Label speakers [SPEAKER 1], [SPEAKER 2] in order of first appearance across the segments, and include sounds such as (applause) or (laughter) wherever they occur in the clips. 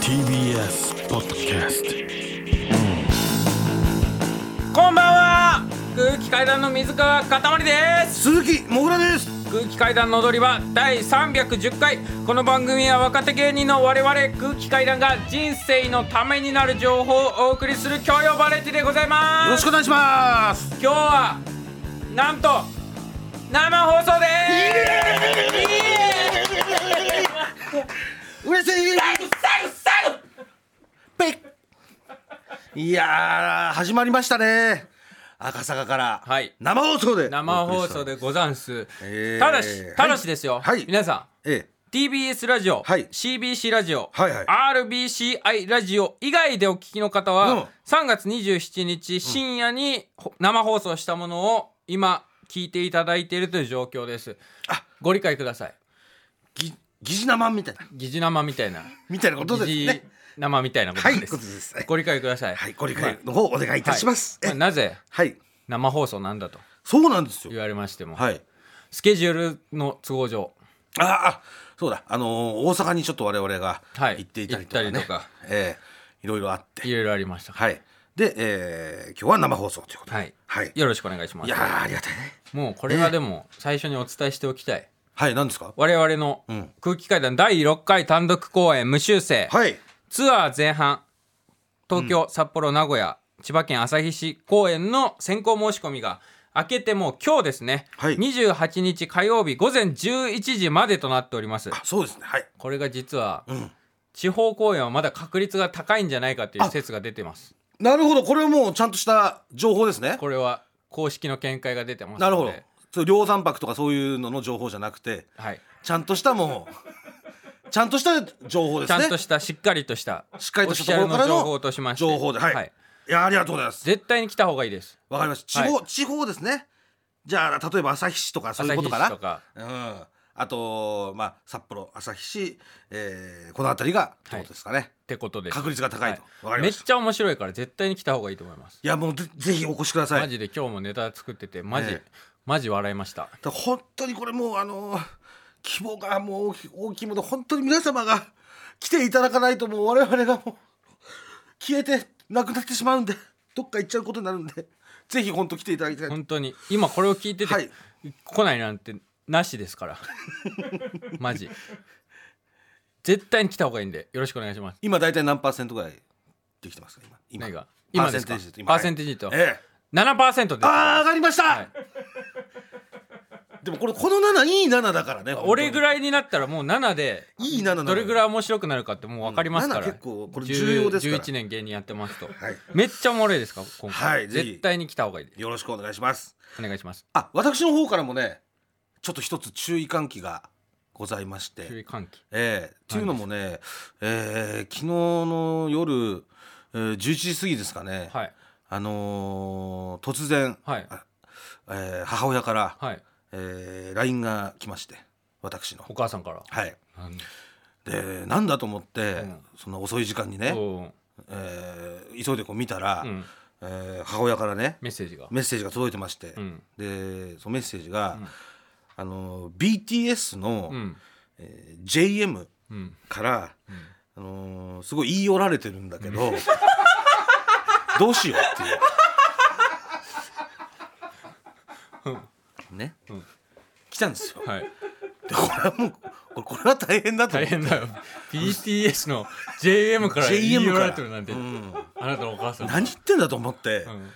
[SPEAKER 1] TBS ポッドキャス
[SPEAKER 2] こんばんは空気階段の水川かたまりです
[SPEAKER 1] ト鈴木もぐらです
[SPEAKER 2] 空気階段の踊り場第310回この番組は若手芸人の我々空気階段が人生のためになる情報をお送りする教養バラエティでござい
[SPEAKER 1] よろ
[SPEAKER 2] ま
[SPEAKER 1] し
[SPEAKER 2] す
[SPEAKER 1] くお願いします
[SPEAKER 2] 今日はなんと生放送です
[SPEAKER 1] 嬉しいペイいやー始まりましたね赤坂から、
[SPEAKER 2] はい
[SPEAKER 1] 生放送で
[SPEAKER 2] 生放送
[SPEAKER 1] で
[SPEAKER 2] でござんす、
[SPEAKER 1] えー
[SPEAKER 2] ただしただしですよ、
[SPEAKER 1] はい
[SPEAKER 2] 皆さん
[SPEAKER 1] え
[SPEAKER 2] TBS ラジオ、
[SPEAKER 1] はい
[SPEAKER 2] CBC ラジオ、
[SPEAKER 1] はいはい
[SPEAKER 2] RBCI ラジオ以外でお聞きの方
[SPEAKER 1] うん
[SPEAKER 2] は、3月27日深夜にほ生放送したものを今聞いていただいているという状況です
[SPEAKER 1] あ
[SPEAKER 2] ご理解ください
[SPEAKER 1] えぎ疑似生みたいな
[SPEAKER 2] 疑似生みたいな
[SPEAKER 1] みたいなことです
[SPEAKER 2] 疑似
[SPEAKER 1] ね
[SPEAKER 2] 生みたいなこと
[SPEAKER 1] はい
[SPEAKER 2] です,、
[SPEAKER 1] ことですね
[SPEAKER 2] ご理解ください
[SPEAKER 1] はいご理解の方お願いいたします、
[SPEAKER 2] まあ
[SPEAKER 1] え
[SPEAKER 2] なぜ
[SPEAKER 1] はい
[SPEAKER 2] 生放送なんだと
[SPEAKER 1] そうなんですよ
[SPEAKER 2] 言われましても、
[SPEAKER 1] はい
[SPEAKER 2] スケジュールの都合上
[SPEAKER 1] あーあそうだあのー大阪にちょっと我々が
[SPEAKER 2] はい
[SPEAKER 1] 行っていたりとか,、ね
[SPEAKER 2] 行ったりとか
[SPEAKER 1] えーいろいろあって
[SPEAKER 2] いろいろありましたは
[SPEAKER 1] はいで、えー今日は生放送ということで
[SPEAKER 2] はい
[SPEAKER 1] はい、い
[SPEAKER 2] よろしくお願いします
[SPEAKER 1] やーありがたいね
[SPEAKER 2] もうこれはでも最初にお伝えしておきたい
[SPEAKER 1] はい何ですか
[SPEAKER 2] 我々の
[SPEAKER 1] うん
[SPEAKER 2] 空気階段第6回単独公演無修正、
[SPEAKER 1] はい
[SPEAKER 2] ツアー前半東京、札幌名古屋千葉県旭市公演の先行申し込みが明けてもう今日ですね、
[SPEAKER 1] はい
[SPEAKER 2] 28日火曜日午前11時までとなっております
[SPEAKER 1] あそうですねはい
[SPEAKER 2] これが実は
[SPEAKER 1] うん
[SPEAKER 2] 地方公演はまだ確率が高いんじゃないかという説が出てます
[SPEAKER 1] なるほどこれはもうちゃんとした情報ですね
[SPEAKER 2] これは公式の見解が出てますので
[SPEAKER 1] なるほどそう量産泊とかそういうのの情報じゃなくて
[SPEAKER 2] はい
[SPEAKER 1] ちゃんとしたもうちゃんとした情報で
[SPEAKER 2] ち
[SPEAKER 1] す
[SPEAKER 2] ゃんと
[SPEAKER 1] ね
[SPEAKER 2] したしっかりとした
[SPEAKER 1] しっかりとした
[SPEAKER 2] オ
[SPEAKER 1] と
[SPEAKER 2] フ
[SPEAKER 1] ころ
[SPEAKER 2] ィシャ
[SPEAKER 1] か
[SPEAKER 2] ル
[SPEAKER 1] ら
[SPEAKER 2] の
[SPEAKER 1] の
[SPEAKER 2] 情報としまして
[SPEAKER 1] 情報ではい、
[SPEAKER 2] はい
[SPEAKER 1] い、やありがとうございます
[SPEAKER 2] 絶対に来た方がいいです
[SPEAKER 1] わかりました地方、地方ですねじゃあ例えば旭市とかそういう
[SPEAKER 2] 旭
[SPEAKER 1] こと
[SPEAKER 2] 市
[SPEAKER 1] かな
[SPEAKER 2] とか
[SPEAKER 1] うん、あと、まあ、札幌旭市、えー、この辺りがってことですかね、
[SPEAKER 2] ってことです
[SPEAKER 1] 確率が高いと、わかりま
[SPEAKER 2] めっ
[SPEAKER 1] した
[SPEAKER 2] ちゃ面白いから絶対に来た方がいいと思います、
[SPEAKER 1] いやもうぜぜひお越しください
[SPEAKER 2] マジで今日もネタ作っててマジ、
[SPEAKER 1] ええ
[SPEAKER 2] マジ笑いました
[SPEAKER 1] だから本当にこれもうあのー規模がもう大き大きいもの本当に皆様が来ていただかないともう我々がもう消えてなくなってしまうんでどっか行っちゃうことになるんでぜひ本当来ていただきたい
[SPEAKER 2] 本当に今これを聞いてて、
[SPEAKER 1] はい
[SPEAKER 2] 来ないなんてなしですから (laughs) マジ絶対に来た方がいいんでよろしくお願いします
[SPEAKER 1] 今大体何パーセントぐらいできてますか今
[SPEAKER 2] 何が
[SPEAKER 1] 今
[SPEAKER 2] 今ですか
[SPEAKER 1] パーセンテージです今
[SPEAKER 2] パーセンテージと、
[SPEAKER 1] ええ
[SPEAKER 2] 7%です
[SPEAKER 1] ああ上がりました、
[SPEAKER 2] はい
[SPEAKER 1] でもこれこの7いい7だからね
[SPEAKER 2] 俺ぐ
[SPEAKER 1] い
[SPEAKER 2] らいになったらもう7で
[SPEAKER 1] いい7なの
[SPEAKER 2] どれぐらい面白くなるかってもう分かりますから、
[SPEAKER 1] うん7結構これ重要ですから
[SPEAKER 2] 10 11年芸人やってますと、
[SPEAKER 1] はい
[SPEAKER 2] めっちゃおもろいですか今回、
[SPEAKER 1] はいぜひ
[SPEAKER 2] 絶対に来た方がいいです
[SPEAKER 1] よろしくお願いします
[SPEAKER 2] お願いします
[SPEAKER 1] あ私の方からもねちょっと一つ注意喚起がございまして
[SPEAKER 2] 注意喚起
[SPEAKER 1] ええっていうのもね、ええ昨日の夜、えー、11時過ぎですかね、
[SPEAKER 2] はい
[SPEAKER 1] あのー突然、
[SPEAKER 2] はい
[SPEAKER 1] あえー母親から、
[SPEAKER 2] はい
[SPEAKER 1] えー LINE が来まして私の
[SPEAKER 2] お。母さんから
[SPEAKER 1] はい、
[SPEAKER 2] なん
[SPEAKER 1] でなんだと思って、
[SPEAKER 2] ん
[SPEAKER 1] その遅い時間に
[SPEAKER 2] お
[SPEAKER 1] ね、
[SPEAKER 2] う
[SPEAKER 1] えー急いでこう見たら、
[SPEAKER 2] うん
[SPEAKER 1] えー母親からね
[SPEAKER 2] メッセージが
[SPEAKER 1] メッセージが届いてまして、
[SPEAKER 2] うん
[SPEAKER 1] でそのメッセージが、
[SPEAKER 2] うん
[SPEAKER 1] あのー BTS の、
[SPEAKER 2] うん
[SPEAKER 1] えー JM
[SPEAKER 2] うん
[SPEAKER 1] から、
[SPEAKER 2] うん
[SPEAKER 1] あのーすごい言い寄られてるんだけ
[SPEAKER 2] (laughs)
[SPEAKER 1] ど、どうしようっていう。ね、
[SPEAKER 2] ん
[SPEAKER 1] 来たんですよ。 (laughs)
[SPEAKER 2] はい
[SPEAKER 1] でこれはもうこれこれは大変だと
[SPEAKER 2] 大
[SPEAKER 1] 思って。
[SPEAKER 2] 変だよ BTS の JM から言い
[SPEAKER 1] JM
[SPEAKER 2] 寄
[SPEAKER 1] から
[SPEAKER 2] られてるなんて
[SPEAKER 1] うん
[SPEAKER 2] あなたのお母さん
[SPEAKER 1] 何言ってんだと思って、
[SPEAKER 2] うん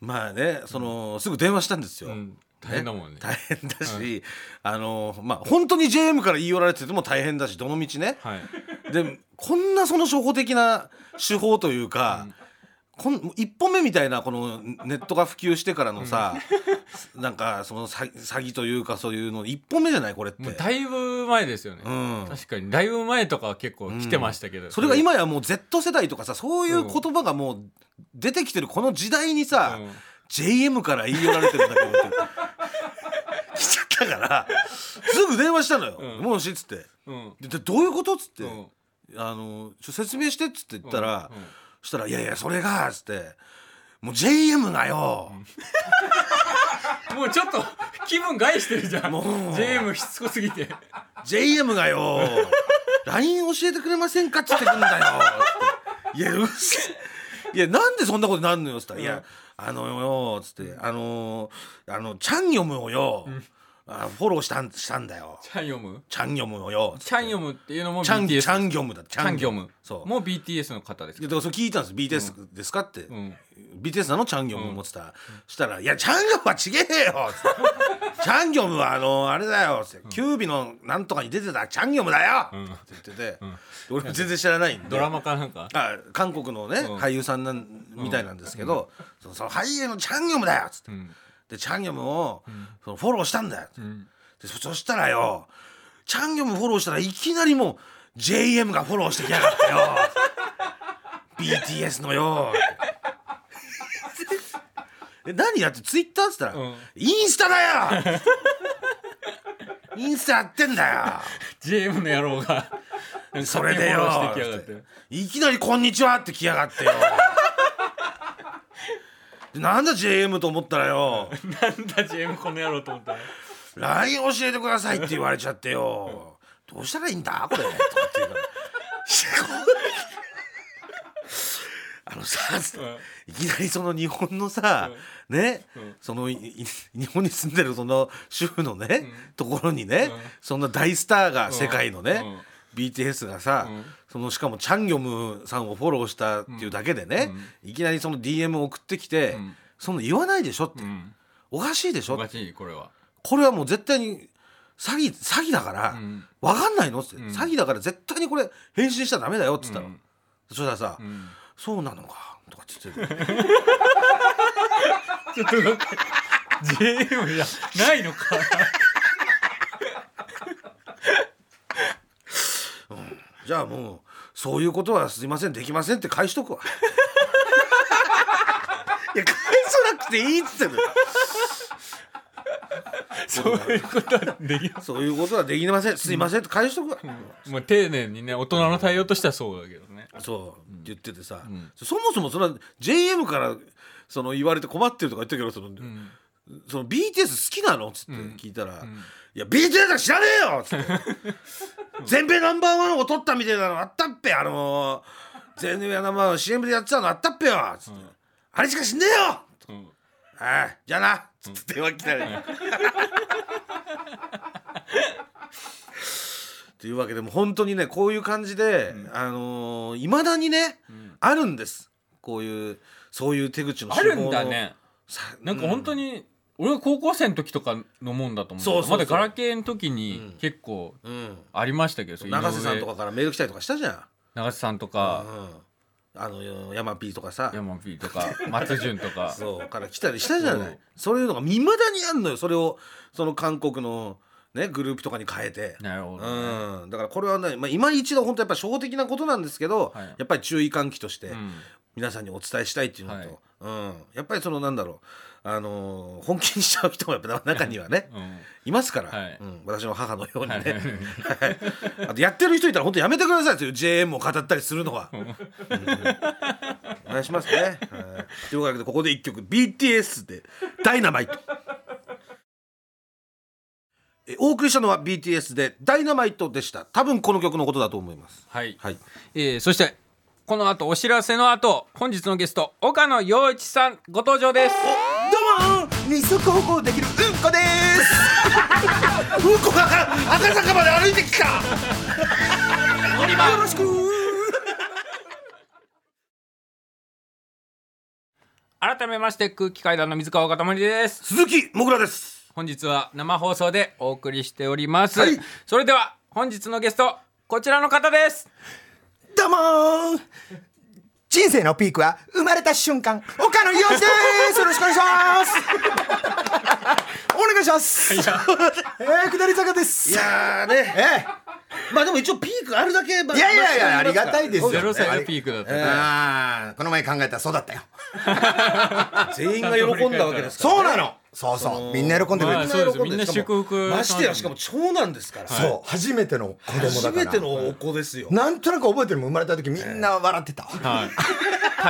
[SPEAKER 1] まあねそのすぐ電話したんですよ。
[SPEAKER 2] うん大変だもんね
[SPEAKER 1] 大変だし、あのーまあ本当に JM から言い寄られてても大変だしどの道ね、
[SPEAKER 2] はい
[SPEAKER 1] でこんなその初歩的な手法というか、こん一本目みたいなこのネットが普及してからのさ、なんかその詐詐欺というかそういうの一本目じゃないこれって
[SPEAKER 2] もうだいぶ前ですよね
[SPEAKER 1] うん
[SPEAKER 2] 確かにだいぶ前とかは結構来てましたけど
[SPEAKER 1] それが今やもう Z 世代とかさそういう言葉がもう出てきてるこの時代にさ、
[SPEAKER 2] うん
[SPEAKER 1] JM から言い寄られてるんだけどって
[SPEAKER 2] (laughs)
[SPEAKER 1] 来ちゃったからすぐ電話したのよ「
[SPEAKER 2] うん
[SPEAKER 1] もし」っつって
[SPEAKER 2] うん
[SPEAKER 1] で「でどういうこと?」っつって、
[SPEAKER 2] うん
[SPEAKER 1] あのちょ説明して」っつって言ったら。
[SPEAKER 2] うん
[SPEAKER 1] そしたら「いやいやそれが」っつって「もう JM がよ
[SPEAKER 2] もうちょっと気分害してるじゃん
[SPEAKER 1] もう
[SPEAKER 2] JM しつこすぎて
[SPEAKER 1] JM がよ LINE 教えてくれませんか?」っつってくんだよつっていやうっせいやなんでそんなことになんのよ」っつったら「いやあのよ」つって「あのーあのチャンヨムをよ、あフォローしたんしたんだよ
[SPEAKER 2] チャンヨム
[SPEAKER 1] チャンヨムをよ」
[SPEAKER 2] チャンヨムっていうのも BTS
[SPEAKER 1] チャンチャンギョムだチ
[SPEAKER 2] チャンギョム
[SPEAKER 1] そう
[SPEAKER 2] もう BTS の方です
[SPEAKER 1] い
[SPEAKER 2] か
[SPEAKER 1] やだからそれ聞いたんです BTS ですかって、
[SPEAKER 2] ん
[SPEAKER 1] BTS なのチャンギョム思ってたら、したら「いやチャンギョムはちげえよ」 (laughs) つってチャンギョムはあのあれだよ」つって「キュービのなんとかに出てたチャンギョムだよ」って言ってて、俺も全然知らないんで
[SPEAKER 2] ドラマかなんか
[SPEAKER 1] あ韓国のね、
[SPEAKER 2] ん
[SPEAKER 1] 俳優さんなんみたいなんですけど、そのその俳優のチャンギョムだよっつって、
[SPEAKER 2] ん
[SPEAKER 1] でチャンギョムを、そのフォローしたんだよ、でそそしたらよチャンギョムフォローしたらいきなりもう JM がフォローしてきやが
[SPEAKER 2] (laughs)
[SPEAKER 1] ったよ BTS のよえ何やってツイッターっつったら、
[SPEAKER 2] うん
[SPEAKER 1] インスタだよインスタやってんだよ
[SPEAKER 2] JM の野郎がなんか
[SPEAKER 1] それでよ
[SPEAKER 2] フォローしてきやがって
[SPEAKER 1] いきなり「こんにちは」って来やがってよでなんだ JM と思ったらよ
[SPEAKER 2] なんだ JM この野郎と思ったら
[SPEAKER 1] LINE 教えてくださいって言われちゃってよどうしたらいいんだこれとかって言うからあのさつっていきなりその日本のさ、ね、そのいい日本に住んでるその主婦のね、ところにね、そんな大スターが世界のね、BTS がさ、そのしかもチャンギョムさんをフォローしたっていうだけでね、いきなりその DM 送ってきて、そんな言わないでしょって、
[SPEAKER 2] うん
[SPEAKER 1] おかしいでしょ
[SPEAKER 2] お
[SPEAKER 1] って
[SPEAKER 2] かしいこれは
[SPEAKER 1] これはもう絶対に詐欺詐欺だから、
[SPEAKER 2] ん
[SPEAKER 1] わかんないのって、
[SPEAKER 2] ん
[SPEAKER 1] 詐欺だから絶対にこれ返信しちゃダメだよって言ったの、
[SPEAKER 2] うん
[SPEAKER 1] そしたらさ、
[SPEAKER 2] ん
[SPEAKER 1] そうなのかとかって言って (laughs)
[SPEAKER 2] ちょっと待って JM じゃないのか
[SPEAKER 1] じゃあもうそういうことはすいませんできませんって返しとくわ (laughs) いや返さなくていいっつってんのよ
[SPEAKER 2] (laughs) そういうことはで (laughs) きな
[SPEAKER 1] そういうことはできませんすいませんって返しとくわ、
[SPEAKER 2] いもう丁寧にね大人の対応としてはそうだけどね
[SPEAKER 1] そうって言っててさ、
[SPEAKER 2] ん
[SPEAKER 1] そもそもそれは JM からその言われて困ってるとか言ってるけどその、
[SPEAKER 2] うん
[SPEAKER 1] その BTS 好きなの?」っつって聞いたら「
[SPEAKER 2] ん
[SPEAKER 1] いや BTS は知らねえよ!」っ
[SPEAKER 2] (laughs)
[SPEAKER 1] つって「全米ナンバーワンを取ったみたいなのあったっぺあのー全米ナンバーワン CM でやってたのあったっぺよ!」っつって、あれしか知んねえよ!」
[SPEAKER 2] うん
[SPEAKER 1] はいじゃあな」っつって電話来たら、というわけでもう本当にねこういう感じで、あのい、まだにね、あるんですこういうそういう手口の
[SPEAKER 2] あるんだね
[SPEAKER 1] さ
[SPEAKER 2] なんか本当に、俺は高校生の時とかのもんだと思う
[SPEAKER 1] そうそうそう
[SPEAKER 2] まだガラケーの時に結構
[SPEAKER 1] うん
[SPEAKER 2] ありましたけど、そう
[SPEAKER 1] 永瀬さんと
[SPEAKER 2] 井上
[SPEAKER 1] かからメール来たりとかしたじゃん。
[SPEAKER 2] 永瀬さんとか、
[SPEAKER 1] うん、あの山 P とかさ
[SPEAKER 2] 山 P
[SPEAKER 1] (laughs)
[SPEAKER 2] とか松潤とか
[SPEAKER 1] そうから来たりしたじゃな
[SPEAKER 2] そう
[SPEAKER 1] いそういうのが未だにあんのよそれをその韓国の、ね、グループとかに変えて。
[SPEAKER 2] なるほど、
[SPEAKER 1] うん、だからこれはね、まあ、今一度本当やっぱ初歩的なことなんですけど、
[SPEAKER 2] はい
[SPEAKER 1] やっぱり注意喚起として
[SPEAKER 2] うん
[SPEAKER 1] 皆さんにお伝えしたいっていうのと、
[SPEAKER 2] はい
[SPEAKER 1] うん、やっぱりそのなんだろう、あのー本気にしちゃう人もやっぱ中にはね
[SPEAKER 2] (laughs) うん
[SPEAKER 1] いますから、
[SPEAKER 2] はい
[SPEAKER 1] うん、私の母のように (laughs) ね、
[SPEAKER 2] はいはいはい
[SPEAKER 1] はい (laughs) あとやってる人いたら本当やめてくださいという JM を語ったりするのは、うんお願いしますね、はい、というわけでここで一曲 BTS で「ダイナマイト」えお送りしたのは BTS で「ダイナマイト」でした多分この曲のことだと思います
[SPEAKER 2] (laughs) はい、
[SPEAKER 1] はい
[SPEAKER 2] えーそしてこの後お知らせの後本日のゲスト岡野陽一さんご登場です
[SPEAKER 1] どうも二足歩行できるうんこですうんこが赤坂まで歩いてきたよろしく
[SPEAKER 2] 改めまして空気階段の水川かたまりです
[SPEAKER 1] 鈴木もぐらです。
[SPEAKER 2] 本日は生放送でお送りしております、
[SPEAKER 1] はい
[SPEAKER 2] それでは本日のゲストこちらの方です
[SPEAKER 3] どうもー人生のピークは生まれた瞬間岡野陽一ですよろしくお願いしますお願いしますえー、下り坂です
[SPEAKER 1] いやーね、
[SPEAKER 3] え
[SPEAKER 1] まあでも一応ピークあるだけ、まあ
[SPEAKER 3] いやいやいや
[SPEAKER 1] ま
[SPEAKER 3] ありがたいですよ、ね、
[SPEAKER 2] 0歳のピ
[SPEAKER 3] ー
[SPEAKER 2] ークだった、
[SPEAKER 3] クあーこの前考えたらそうだったよ
[SPEAKER 1] 全員が喜んだわけですから、
[SPEAKER 3] そうなの
[SPEAKER 4] そうそうみんな喜んでくれ
[SPEAKER 2] ま
[SPEAKER 1] みんな
[SPEAKER 2] あ
[SPEAKER 4] る
[SPEAKER 1] 喜んで
[SPEAKER 2] そうです
[SPEAKER 1] る
[SPEAKER 2] みんな祝福
[SPEAKER 1] ましてやしかも長男ですから、
[SPEAKER 2] はい
[SPEAKER 4] そう初めての子供だ
[SPEAKER 1] 初
[SPEAKER 4] か
[SPEAKER 1] め
[SPEAKER 4] ら
[SPEAKER 1] てのお子ですよ、
[SPEAKER 4] なんとなく覚えてるもん生まれた時みんな笑ってた
[SPEAKER 2] は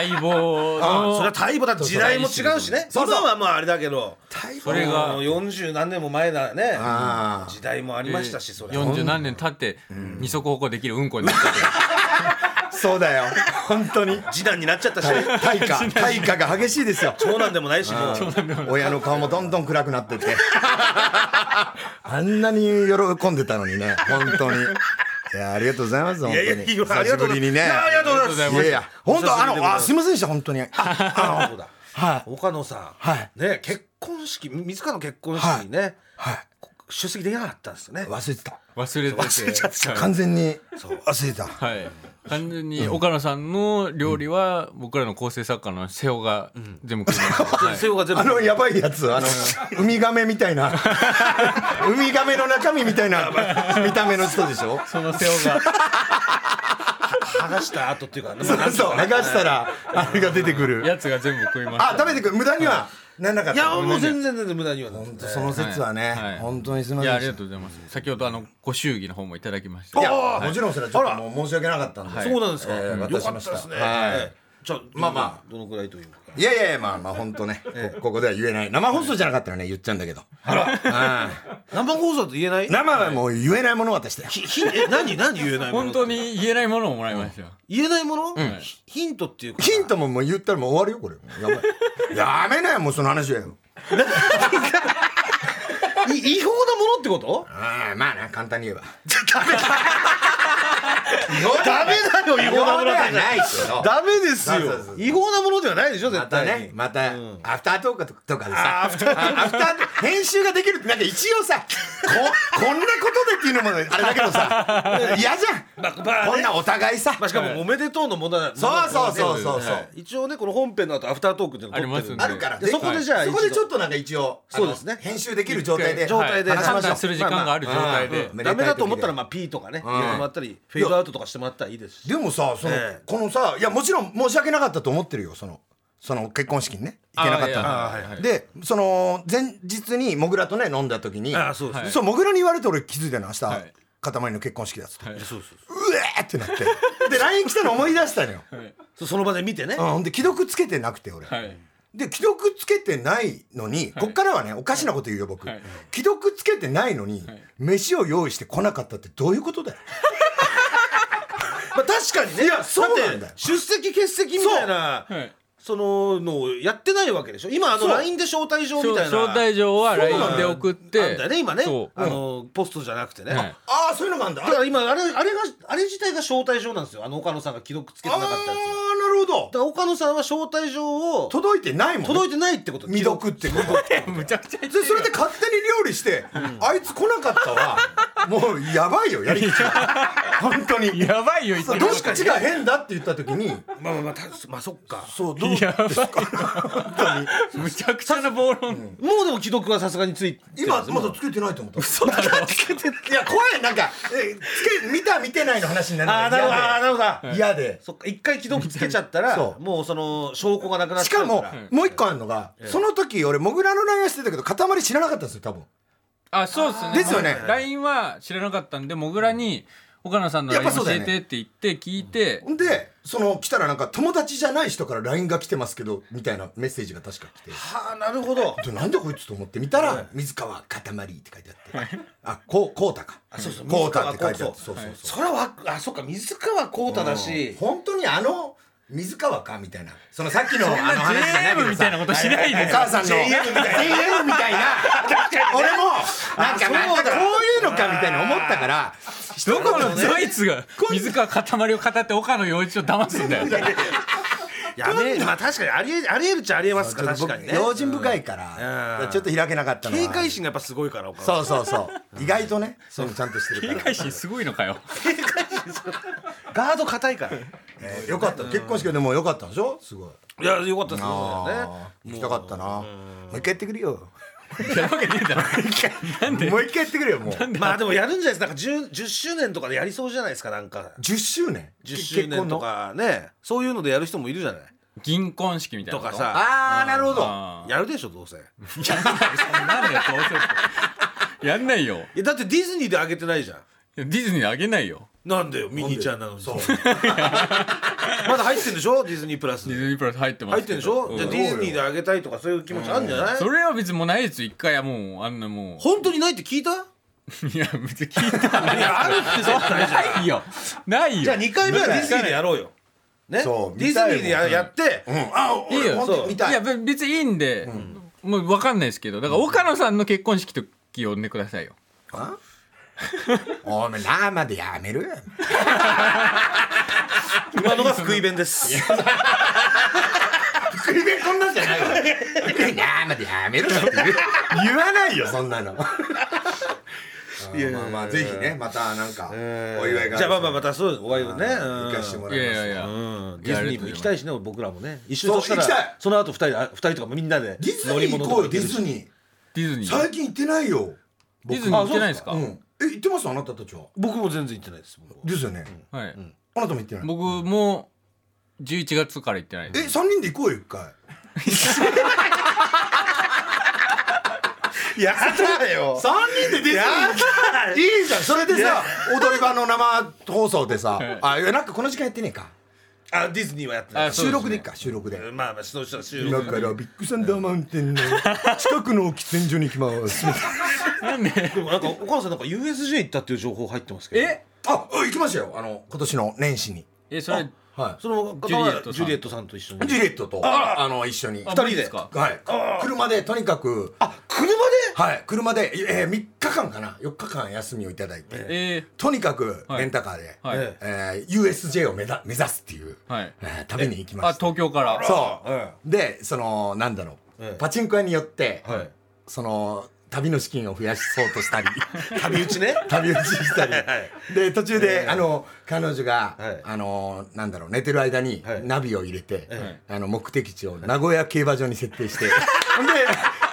[SPEAKER 2] い、待望
[SPEAKER 1] それは
[SPEAKER 2] の
[SPEAKER 1] 大母だって時代も違うしね
[SPEAKER 4] そうそう
[SPEAKER 1] 今はまああれだけど
[SPEAKER 2] それが
[SPEAKER 1] もう40何年も前だね
[SPEAKER 4] あー
[SPEAKER 1] 時代もありましたしそれは
[SPEAKER 2] 40何年経って二足歩行できるうんこになったという
[SPEAKER 4] そうだよ本当に
[SPEAKER 1] 時短になっちゃったしね
[SPEAKER 4] 対価対価が激しいですよ
[SPEAKER 1] 長男でもないしもう
[SPEAKER 4] 親の顔もどんどん暗くなってって (laughs) あんなに喜んでたのにね本当にいやありがとうございます本
[SPEAKER 1] い
[SPEAKER 4] 当
[SPEAKER 1] や
[SPEAKER 4] に
[SPEAKER 1] いやいやあ
[SPEAKER 4] 久
[SPEAKER 1] りが
[SPEAKER 4] し
[SPEAKER 1] とう
[SPEAKER 4] ぶ
[SPEAKER 1] ございます
[SPEAKER 4] りにね
[SPEAKER 1] ありがとうござい
[SPEAKER 4] い
[SPEAKER 1] ます
[SPEAKER 4] やいや本当あ
[SPEAKER 1] お久しぶりでございま
[SPEAKER 4] の
[SPEAKER 1] す
[SPEAKER 4] あすいませんでした本当にああ
[SPEAKER 1] そうだ
[SPEAKER 4] は
[SPEAKER 1] 岡野さん、
[SPEAKER 4] はい
[SPEAKER 1] ね結婚式自らの結婚式にね、
[SPEAKER 4] はい
[SPEAKER 1] 出席できなかったんですよね
[SPEAKER 4] 忘れてた
[SPEAKER 2] 忘れてて
[SPEAKER 1] 忘れちゃってた
[SPEAKER 4] 完全に忘れてた
[SPEAKER 2] はい、はい、完全に岡野さんの料理は僕らの構成作家の瀬尾が全部食いました、はい
[SPEAKER 1] 瀬尾が全部
[SPEAKER 4] あのやばいやつあのウミガメみた
[SPEAKER 1] (laughs)
[SPEAKER 4] いなウミガメの中身みたいな見た目の人でしょ
[SPEAKER 2] その瀬尾が
[SPEAKER 1] 剥がした後っていうか、ね、
[SPEAKER 4] そうそう剥がしたらあれが出てくる
[SPEAKER 2] やつが全部食いました
[SPEAKER 4] あ食べてくる無駄にはなんなかっ
[SPEAKER 1] い
[SPEAKER 4] た
[SPEAKER 1] やもう全然全然無駄にはなって
[SPEAKER 4] 本当その説はね、
[SPEAKER 2] はい
[SPEAKER 4] 本当にす
[SPEAKER 2] い
[SPEAKER 4] みません
[SPEAKER 2] やあ
[SPEAKER 4] で
[SPEAKER 2] り
[SPEAKER 4] し
[SPEAKER 2] がとうございます先ほどあのご祝儀の方もいただきまして
[SPEAKER 4] たい
[SPEAKER 2] い
[SPEAKER 4] や
[SPEAKER 2] や
[SPEAKER 1] あー
[SPEAKER 4] もちろんそれはちょっともう申し訳なかったんで、
[SPEAKER 2] はい
[SPEAKER 1] そうなんですか、
[SPEAKER 4] えー
[SPEAKER 1] よ
[SPEAKER 4] 渡
[SPEAKER 1] か
[SPEAKER 4] し
[SPEAKER 1] っ
[SPEAKER 4] ましたた
[SPEAKER 1] ですね、
[SPEAKER 4] はい
[SPEAKER 1] えーじゃあ
[SPEAKER 4] まあま
[SPEAKER 1] あどのくらいというか
[SPEAKER 4] いやいやいやまあまあ本当ね、こここでは言えない生放送じゃなかったらね言っちゃうんだけど
[SPEAKER 1] 生放送って言えない
[SPEAKER 4] 生はもう言えないものを渡して
[SPEAKER 1] ひひえ何何言えないもの
[SPEAKER 2] 本当に言えないものをもらいましたよ
[SPEAKER 1] 言えないもの、
[SPEAKER 2] ん
[SPEAKER 1] ひヒントっていうか
[SPEAKER 4] ヒントももう言ったらもう終わるよこれやばいやめなよもうその話はよ
[SPEAKER 1] い違法なものってこと
[SPEAKER 4] ああまあな簡単に言えば
[SPEAKER 1] ダ
[SPEAKER 4] ダ
[SPEAKER 1] メ
[SPEAKER 4] メ
[SPEAKER 1] だよ違法なもの
[SPEAKER 4] で
[SPEAKER 1] だ
[SPEAKER 4] は
[SPEAKER 1] から
[SPEAKER 4] ないけど
[SPEAKER 1] ダメですよ
[SPEAKER 4] そうそうそう
[SPEAKER 1] 違法なものではないでしょ
[SPEAKER 4] (laughs) ま
[SPEAKER 1] 絶
[SPEAKER 4] た
[SPEAKER 1] 対に
[SPEAKER 4] ねまたアフタートークととかでさアフタートーク編集ができるってなんか一応さここんなことでっていうのもあれだけどさ (laughs) 嫌じゃん
[SPEAKER 1] まあまあね
[SPEAKER 4] こんなお互いさ
[SPEAKER 1] まあ、しかも「おめでとう」のものだ
[SPEAKER 4] そうそうそう
[SPEAKER 1] う
[SPEAKER 4] そうそう
[SPEAKER 1] 一応ねこの本編の後アフタートークっていうのを撮ってるんで
[SPEAKER 2] あ
[SPEAKER 4] あ
[SPEAKER 2] りますん
[SPEAKER 4] るから
[SPEAKER 1] でそこでじゃあ
[SPEAKER 4] そこでちょっとなんか一応あの
[SPEAKER 1] そうですね
[SPEAKER 4] 編集できる状態で
[SPEAKER 2] 一回
[SPEAKER 1] 状態で
[SPEAKER 2] はい
[SPEAKER 4] 話し
[SPEAKER 2] 判
[SPEAKER 4] ましょう
[SPEAKER 2] 断する時間がある状態で、
[SPEAKER 4] うん
[SPEAKER 1] ダメだと思ったらまあ P とかね
[SPEAKER 4] ん
[SPEAKER 1] 入れてもらったりフェードアウトとかしてもらったらいいですし
[SPEAKER 4] でもさその
[SPEAKER 1] ええ
[SPEAKER 4] このさいやもちろん申し訳なかったと思ってるよそのその結婚式にね行けなかったの
[SPEAKER 2] ああいやああはいはい
[SPEAKER 4] でその前日にモグラとね飲んだ時に
[SPEAKER 1] ああそうですね
[SPEAKER 2] はい
[SPEAKER 4] そう、もぐらに言われて俺気づいたの、明日、
[SPEAKER 2] はい
[SPEAKER 4] 塊の結婚式だっつって。
[SPEAKER 2] はいう
[SPEAKER 1] です
[SPEAKER 4] うえーってなって。で、LINE 来たの思い出したのよ。
[SPEAKER 2] はい
[SPEAKER 1] そその場で見てね
[SPEAKER 4] うん、ほんで、既読つけてなくて、俺。
[SPEAKER 2] はい
[SPEAKER 4] で、既読つけてないのに、こっからはね、おかしなこと言うよ、僕。
[SPEAKER 2] はい
[SPEAKER 4] 既読つけてないのに、
[SPEAKER 2] い
[SPEAKER 4] 飯を用意してこなかったってどういうことだよ。
[SPEAKER 1] まあ確かにねいや
[SPEAKER 4] そうなんだよ
[SPEAKER 1] 出席欠席みたいな
[SPEAKER 2] はい
[SPEAKER 1] そののをやってないわけでしょ今あの
[SPEAKER 4] そう
[SPEAKER 1] LINE で招待状みたいな
[SPEAKER 2] 招待状は
[SPEAKER 1] そうなんだ
[SPEAKER 2] LINE で送っ
[SPEAKER 1] あ
[SPEAKER 2] て
[SPEAKER 1] んだよね今ね
[SPEAKER 2] そう
[SPEAKER 1] あのポストじゃなくてね
[SPEAKER 2] はい
[SPEAKER 4] ああ、そういうのがあんだ。あ
[SPEAKER 1] だ
[SPEAKER 4] れ
[SPEAKER 1] か
[SPEAKER 4] あ
[SPEAKER 1] ら今あれあれがあれ自体が招待状なんですよあの岡野さんが既読つけ
[SPEAKER 4] ー、
[SPEAKER 1] て
[SPEAKER 4] な
[SPEAKER 1] なかったやつは
[SPEAKER 4] るほ
[SPEAKER 1] だか
[SPEAKER 4] ど。
[SPEAKER 1] ら岡野さんは招待状を
[SPEAKER 4] 届いてないもん。
[SPEAKER 1] 届いてないってこと
[SPEAKER 4] 未読ってこと。
[SPEAKER 2] むちゃくちゃ
[SPEAKER 4] でそれで勝手に料理して、あいつ来なかっ
[SPEAKER 1] (laughs)
[SPEAKER 4] たわもうやばいよやり口が本当に
[SPEAKER 2] やばいよ言って
[SPEAKER 4] どっちが変だって言った時に
[SPEAKER 1] まあまあまあたまあそっか
[SPEAKER 4] そうどうですか本当に
[SPEAKER 2] むちゃくちゃな暴論、
[SPEAKER 1] もうでも既読はさすがについて
[SPEAKER 4] 今まだつけてないと思った嘘だつけていや怖いなんかえつけ見た見てないの話になる
[SPEAKER 1] ああなるほどあー
[SPEAKER 4] の
[SPEAKER 1] なるほど
[SPEAKER 4] が嫌で嫌で
[SPEAKER 1] そっか一回既読つけちゃったら
[SPEAKER 4] そう
[SPEAKER 1] もうその証拠がなくなっ
[SPEAKER 4] し
[SPEAKER 1] ちゃ
[SPEAKER 4] か
[SPEAKER 1] うから
[SPEAKER 4] ももう一個あるのがその時俺モグラの LINE はしてたけど塊知らなかったんですよ多分
[SPEAKER 2] あそうですね
[SPEAKER 4] ですよね
[SPEAKER 2] はい LINE は知らなかったんでもぐらに岡野さんの
[SPEAKER 4] やっ
[SPEAKER 2] LINE
[SPEAKER 4] ぱそ
[SPEAKER 2] 教
[SPEAKER 4] うだ
[SPEAKER 2] え
[SPEAKER 4] よ
[SPEAKER 2] てっ
[SPEAKER 4] ね
[SPEAKER 2] て言って聞いて
[SPEAKER 4] ほんでその来たらなんか友達じゃない人から LINE が来てますけどみたいなメッセージが確か来て
[SPEAKER 1] はあなるほど
[SPEAKER 4] でなんでこいつと思ってみたら「水川かたまり」って書いてあってあこうこうたか
[SPEAKER 1] そうそう
[SPEAKER 4] こうたって書いてあって
[SPEAKER 1] 水
[SPEAKER 4] そうそうそう
[SPEAKER 1] それはわあそっか水川浩太だし
[SPEAKER 4] 本当にあの水川かみたいなそのさっきのあの
[SPEAKER 2] そんな
[SPEAKER 4] 話じゃないけど
[SPEAKER 2] JM みたいなことしないで (laughs)
[SPEAKER 4] お母さんの
[SPEAKER 1] JM みたい
[SPEAKER 4] JM みたいな俺もなんかなんかこういうのかみたいな思ったから
[SPEAKER 2] どこのドイツが水川かたまりを語って岡野陽一を騙すんだよ
[SPEAKER 1] やべえまあ確かにありえありえるっちゃありえますか確かにね
[SPEAKER 4] 用心深いからちょっと開けなかったのは
[SPEAKER 1] 警戒心がやっぱすごいから岡野さん
[SPEAKER 4] そうそうそう意外とねそういうのちゃんとしてるから
[SPEAKER 2] 警戒心すごいのかよ
[SPEAKER 1] ガード硬いからい
[SPEAKER 4] えーよかった結婚式でもよかったでしょすごい
[SPEAKER 1] やよかったですね
[SPEAKER 4] あー行きたかったなもう一回やってくるよ
[SPEAKER 2] (laughs) やるわけねえだろ
[SPEAKER 4] もう一回やってくるよもう
[SPEAKER 1] まあでもやるんじゃないですかなんか 10, 10周年とかでやりそうじゃないですかなんか
[SPEAKER 4] 10周年
[SPEAKER 1] 10周年とかねそういうのでやる人もいるじゃない
[SPEAKER 2] 銀婚式みたいな
[SPEAKER 1] と
[SPEAKER 2] こと
[SPEAKER 1] かさ
[SPEAKER 3] ああなるほど
[SPEAKER 2] あ
[SPEAKER 1] やるでしょどう
[SPEAKER 4] (laughs)
[SPEAKER 1] せい
[SPEAKER 2] ーやんないよどうせやんないよ
[SPEAKER 1] やだってディズニーであげてないじゃん
[SPEAKER 2] ディズニーあげないよ
[SPEAKER 1] なんだよミニーちゃんなのにまだ入ってんでしょディズニープラス
[SPEAKER 2] ディズニープラス入ってます
[SPEAKER 1] 入ってんでしょ、
[SPEAKER 2] うん
[SPEAKER 1] じゃあディズニーであげたいとかそういう気持ちあるんじゃない、
[SPEAKER 2] それは別にもうないですよ一回はもうあんなも
[SPEAKER 1] 本当にないって聞いた (laughs) いう
[SPEAKER 2] いや別に聞いたない
[SPEAKER 1] やあるって絶対じゃん
[SPEAKER 2] (laughs) ないよないよ
[SPEAKER 1] じゃあ2回目はディズニーでやろうよ。ね、デ
[SPEAKER 4] そう
[SPEAKER 1] ィズニーでや
[SPEAKER 4] 見たいもん
[SPEAKER 1] やって、
[SPEAKER 4] あ
[SPEAKER 2] いい
[SPEAKER 4] 俺
[SPEAKER 2] よ
[SPEAKER 4] 本当に見た
[SPEAKER 2] い
[SPEAKER 4] い
[SPEAKER 2] やべ別にいいんで、もう分かんないですけどだから岡野さんの結婚式と呼んでくださいよ
[SPEAKER 3] あお前生でやめる
[SPEAKER 1] 今のが福井弁です。
[SPEAKER 4] 福井弁こんなんじゃ (laughs) ないわ
[SPEAKER 3] 生でやめるって
[SPEAKER 4] 言わないよそんなのいやまあまあぜひねまたなんかお祝いが
[SPEAKER 1] じゃあまあまあま
[SPEAKER 4] た
[SPEAKER 1] たそうお会いをね、うん
[SPEAKER 4] 行かしても
[SPEAKER 2] い
[SPEAKER 4] らい
[SPEAKER 2] やい
[SPEAKER 4] ます
[SPEAKER 2] やいや、
[SPEAKER 1] うんディズニーも行きたいしね僕らもね一緒に
[SPEAKER 4] そ
[SPEAKER 1] そした
[SPEAKER 4] う行きたい
[SPEAKER 1] らその後二人で二人とかもみんなで
[SPEAKER 4] ディズニー行こうよディズニー
[SPEAKER 2] ディズニー
[SPEAKER 4] 最近行ってないよ
[SPEAKER 2] ディズニー行ってないですか
[SPEAKER 4] うんえ行ってますあなたたちは
[SPEAKER 1] 僕も全然行ってないです僕は
[SPEAKER 4] ですよね
[SPEAKER 2] はい、
[SPEAKER 4] あなたも行ってない
[SPEAKER 2] 僕も11月から行ってない
[SPEAKER 4] え三人で行こうよ一回
[SPEAKER 1] やだよ
[SPEAKER 4] 三人でディズニーいいじゃんそれでさ踊り場の生放送でさあいやなんかこの時間やってねえか
[SPEAKER 1] あディズニーはやってない
[SPEAKER 2] あそうですね
[SPEAKER 4] 収録でいっか収録で
[SPEAKER 1] まあまあそうしたら収
[SPEAKER 4] だ
[SPEAKER 1] 録
[SPEAKER 4] からビッグサンダーマウンテンの近くの喫煙所に行きます
[SPEAKER 2] なんで
[SPEAKER 1] でもなんかお母さんなんか USJ 行ったっていう情報入ってますけど
[SPEAKER 2] え
[SPEAKER 4] ああ行きましたよあの今年の年始に
[SPEAKER 2] えそれ
[SPEAKER 4] は
[SPEAKER 1] その方
[SPEAKER 2] ジュリエッ
[SPEAKER 1] は
[SPEAKER 2] トさん
[SPEAKER 1] ジュリエットさんと一緒
[SPEAKER 4] い
[SPEAKER 1] に
[SPEAKER 4] ジュリエットとあの一緒に
[SPEAKER 2] あ
[SPEAKER 1] 人で
[SPEAKER 2] マジっすか
[SPEAKER 4] はい車でとにかく
[SPEAKER 1] あ車で
[SPEAKER 4] はい車でえ3日間かな4日間休みをいただいて
[SPEAKER 2] え
[SPEAKER 4] とにかく
[SPEAKER 2] はい
[SPEAKER 4] レンタカーで、
[SPEAKER 2] はい、
[SPEAKER 1] え
[SPEAKER 4] えー USJ を目だ目指すっていう、
[SPEAKER 2] はい
[SPEAKER 4] えー旅に行き
[SPEAKER 2] あ
[SPEAKER 4] ました
[SPEAKER 2] 東京から
[SPEAKER 4] そう、
[SPEAKER 1] え
[SPEAKER 4] でそのなんだろう、
[SPEAKER 1] ええ
[SPEAKER 4] パチンコ屋によって、
[SPEAKER 1] はい
[SPEAKER 4] その旅の資金を増やしそうとしたり (laughs)
[SPEAKER 1] 旅打ちね
[SPEAKER 4] 旅打ちし
[SPEAKER 1] (laughs)
[SPEAKER 4] たりで途中で、あの彼女が、
[SPEAKER 1] はい
[SPEAKER 4] あのなんだろう寝てる間に
[SPEAKER 1] はい
[SPEAKER 4] ナビを入れて、
[SPEAKER 2] え
[SPEAKER 4] あの目的地を名古屋競馬場に設定
[SPEAKER 1] (laughs)
[SPEAKER 4] して、ほんで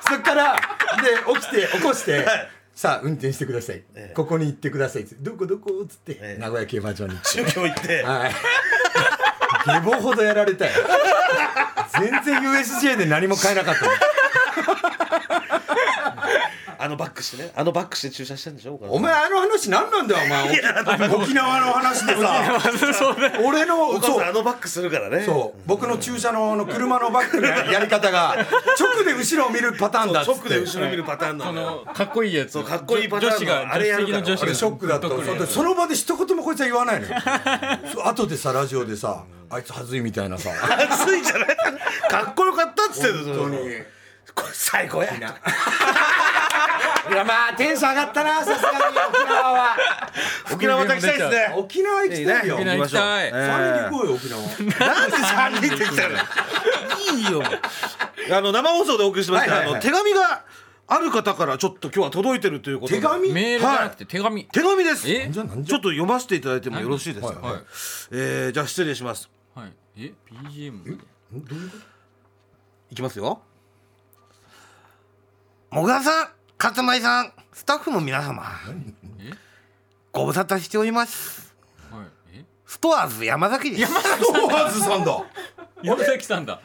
[SPEAKER 4] そっからで起きて起こして。さあ運転してください、
[SPEAKER 1] ええ
[SPEAKER 4] ここに行ってくださいっつってどこどこっつって、
[SPEAKER 1] ええ
[SPEAKER 4] 名古屋競馬場に行って
[SPEAKER 1] 中京行って
[SPEAKER 4] はい。下坊ほどやられたよ。全然 USJ で何も買えなかったの。
[SPEAKER 1] あのバックしてねあのバックして駐車してんでしょお母さん
[SPEAKER 4] お前あの話何なんだよお前。沖縄の話でさ。俺の
[SPEAKER 1] お母
[SPEAKER 4] そ
[SPEAKER 1] さんあ
[SPEAKER 4] う。
[SPEAKER 1] のバックするからね
[SPEAKER 4] そう僕の駐車のあの車のバックのやり方が直で後ろを見るパターンだっつっ
[SPEAKER 1] 直
[SPEAKER 4] て
[SPEAKER 1] で後ろ見るパターンな
[SPEAKER 2] こ
[SPEAKER 1] のよ
[SPEAKER 2] のかっこいいやつ
[SPEAKER 1] そうかっこいいパターンの
[SPEAKER 2] 女子が
[SPEAKER 1] あれやるから
[SPEAKER 2] 助手席の女子
[SPEAKER 4] あ
[SPEAKER 2] が
[SPEAKER 4] れショックだった
[SPEAKER 2] グッとくる
[SPEAKER 4] の
[SPEAKER 2] やつ
[SPEAKER 4] その場で一言もこいつは言わないのよそう後でさラジオでさあいつはずいみたいなさ
[SPEAKER 1] 熱いじゃない (laughs) かっこよかったっつってる
[SPEAKER 4] 本当に
[SPEAKER 1] これ最高や
[SPEAKER 4] いやまあテンション上がったなさすがに沖縄は
[SPEAKER 1] 沖縄また行きたいですね
[SPEAKER 4] (laughs) 沖縄行きたいよ
[SPEAKER 2] いいね沖縄行きたい
[SPEAKER 1] 行きましょうえ
[SPEAKER 4] 三人で行こうよ沖縄
[SPEAKER 1] ー (laughs) なんで3人で来たのいいよあの生放送でお送りしてますけど、
[SPEAKER 4] はいはいはい
[SPEAKER 1] あの手紙がある方からちょっと今日は届いてるということで
[SPEAKER 4] 手紙
[SPEAKER 2] メールじゃなくて手紙、
[SPEAKER 1] 手紙です
[SPEAKER 2] え
[SPEAKER 1] ちょっと読ませていただいてもよろしいですか、ね
[SPEAKER 4] はい
[SPEAKER 2] はい
[SPEAKER 1] えーじゃあ失礼します
[SPEAKER 2] はいえ BGM
[SPEAKER 1] いきますよもぐらさん勝前さんスタッフの皆様
[SPEAKER 2] え
[SPEAKER 1] ご無沙汰しております
[SPEAKER 2] はいえ
[SPEAKER 1] ストアーズ山崎です
[SPEAKER 4] (laughs) そうはずさんだ
[SPEAKER 2] 山崎さんだ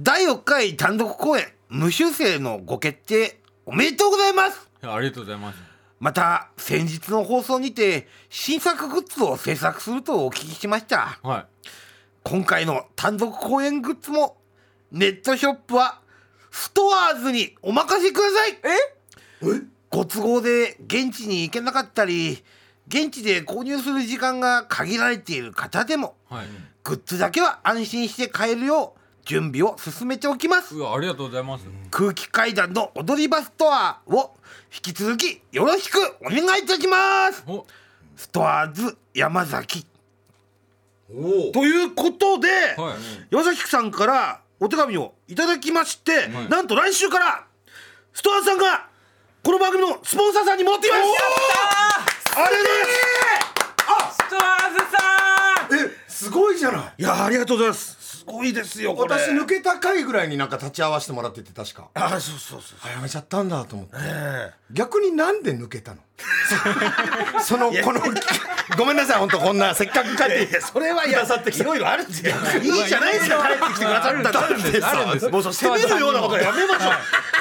[SPEAKER 1] 第6回単独公演無修正のご決定おめでとうございます
[SPEAKER 2] いやありがとうございます
[SPEAKER 1] また先日の放送にて新作グッズを制作するとお聞きしました
[SPEAKER 2] は
[SPEAKER 1] 今回の単独公演グッズもネットショップはストアーズにお任せくださいご都合で現地に行けなかったり現地で購入する時間が限られている方でも
[SPEAKER 2] いはい、
[SPEAKER 1] グッズだけは安心して買えるよう準備を進めておきます
[SPEAKER 2] うわありがとうございます、
[SPEAKER 1] 空気階段の踊り場ストアを引き続きよろしくお願いいたします
[SPEAKER 2] お
[SPEAKER 1] ストアーズ山崎
[SPEAKER 4] おお
[SPEAKER 1] ということで、
[SPEAKER 2] はい
[SPEAKER 1] 山崎さんからお手紙をいただきまして、
[SPEAKER 2] い
[SPEAKER 1] なんと来週からストアーズさんがこの番組のスポンサーさんに持っていますあれです
[SPEAKER 2] ストアーズさん
[SPEAKER 4] えすごいじゃない
[SPEAKER 1] いやありがとうございますすごいですよこれ
[SPEAKER 4] 私抜けた回ぐらいになんか立ち会わせてもらってて確か
[SPEAKER 1] あそうそうそう
[SPEAKER 4] あやめちゃったんだと思って
[SPEAKER 1] え
[SPEAKER 4] 逆になんで抜け
[SPEAKER 1] (laughs)
[SPEAKER 4] たのそのこのごめんなさい本当こんなせっかく帰って
[SPEAKER 1] えそれはいやいろいろあるんですよいいじゃないですか帰ってきてくださったんだ
[SPEAKER 4] なんでさ
[SPEAKER 1] もうその責めるようなことはやめましょう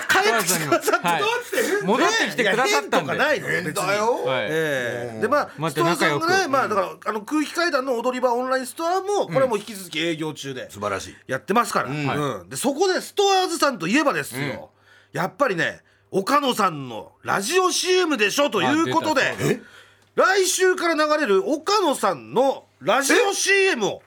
[SPEAKER 1] 帰ってきてくださって
[SPEAKER 2] はい
[SPEAKER 1] どうって
[SPEAKER 2] 戻ってきてくださったん
[SPEAKER 1] 変と
[SPEAKER 2] で
[SPEAKER 1] かないの別に
[SPEAKER 4] だよ、
[SPEAKER 2] はい
[SPEAKER 1] ええでまあス
[SPEAKER 2] 待
[SPEAKER 1] ト
[SPEAKER 2] って
[SPEAKER 1] アーさんぐら
[SPEAKER 2] 仲良
[SPEAKER 1] い
[SPEAKER 2] く
[SPEAKER 1] まあだからあの空気階段の踊り場オンラインストアもこれはもう引き続き営業中で
[SPEAKER 4] 素晴らしい
[SPEAKER 1] やってますから、うんでそこでストアーズさんといえばですよ、やっぱりね岡野さんのラジオ CM でしょということで
[SPEAKER 2] あ出たそう
[SPEAKER 1] 来週から流れる岡野さんのラジオ CM を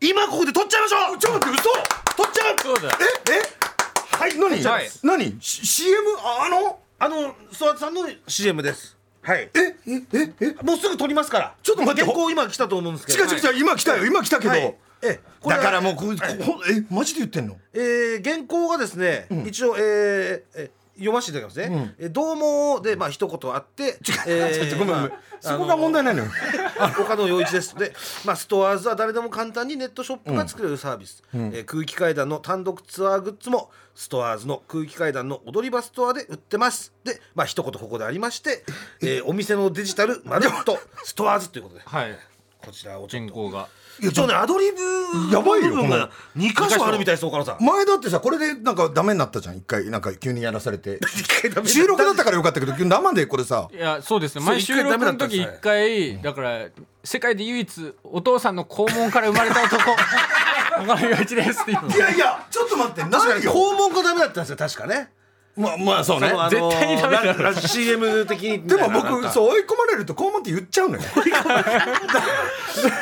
[SPEAKER 1] 今ここで撮っちゃいましょうちょっと待って嘘撮っちゃう
[SPEAKER 2] そうだよ
[SPEAKER 4] ええはい何、
[SPEAKER 2] はい
[SPEAKER 4] 何 C- CM ああの
[SPEAKER 1] あのストアーズさんの CM ですはい
[SPEAKER 4] ええええ
[SPEAKER 1] もうすぐ撮りますから
[SPEAKER 4] ちょっと待って
[SPEAKER 1] 原稿今来たと思うんですけど
[SPEAKER 4] 違う違う違う今来たよ今来たけど、
[SPEAKER 1] はいええこれ
[SPEAKER 4] だからもうこうここえマジで言ってんの
[SPEAKER 1] えー原稿がですね、一応、えーえー読ませていただきますね、えーどうもーで、まあ一言あって、えー
[SPEAKER 4] (laughs) ちょっとごめんごめん
[SPEAKER 1] まあ
[SPEAKER 4] そこが問題ないのよ
[SPEAKER 1] あの岡野陽一ですで、まあ、ストアーズは誰でも簡単にネットショップが作れるサービス、えー空気階段の単独ツアーグッズもストアーズの空気階段の踊り場ストアで売ってますで、まあ一言ここでありまして、
[SPEAKER 4] (laughs)
[SPEAKER 1] えーお店のデジタルまるっとストアーズということで
[SPEAKER 2] はい
[SPEAKER 1] こちらをちょっ
[SPEAKER 2] 人
[SPEAKER 1] と
[SPEAKER 2] 口が
[SPEAKER 1] 一応ねアドリブ
[SPEAKER 4] や
[SPEAKER 1] の
[SPEAKER 4] ばいよ
[SPEAKER 1] 部分が2箇所あるみたいです岡野さん
[SPEAKER 4] 前だってさこれでなんかダメになったじゃん一回なんか急にやらされて
[SPEAKER 1] 一回ダメだった
[SPEAKER 4] 収録だったからよかったけど生でこれさ
[SPEAKER 2] いやそうですね毎
[SPEAKER 1] 一
[SPEAKER 2] 週
[SPEAKER 1] 回ダ
[SPEAKER 2] 録
[SPEAKER 1] メだ
[SPEAKER 2] の
[SPEAKER 1] ったんです
[SPEAKER 2] 時
[SPEAKER 1] ね
[SPEAKER 2] 一回だから世界で唯一お父さんの肛門から生まれた
[SPEAKER 1] (laughs)
[SPEAKER 2] 男岡野陽一ですっていうの
[SPEAKER 4] いやいやちょっと待って
[SPEAKER 1] 確か
[SPEAKER 4] 何
[SPEAKER 1] に
[SPEAKER 4] よ
[SPEAKER 1] 肛門がダメだったんですよ確かね
[SPEAKER 4] まあまあそうね
[SPEAKER 1] あの
[SPEAKER 2] 絶対にダメだ
[SPEAKER 1] ララ CM 的にみ
[SPEAKER 4] で
[SPEAKER 1] たいな
[SPEAKER 4] も僕
[SPEAKER 1] そう
[SPEAKER 4] そう追い込まれると肛門って言っちゃうのよ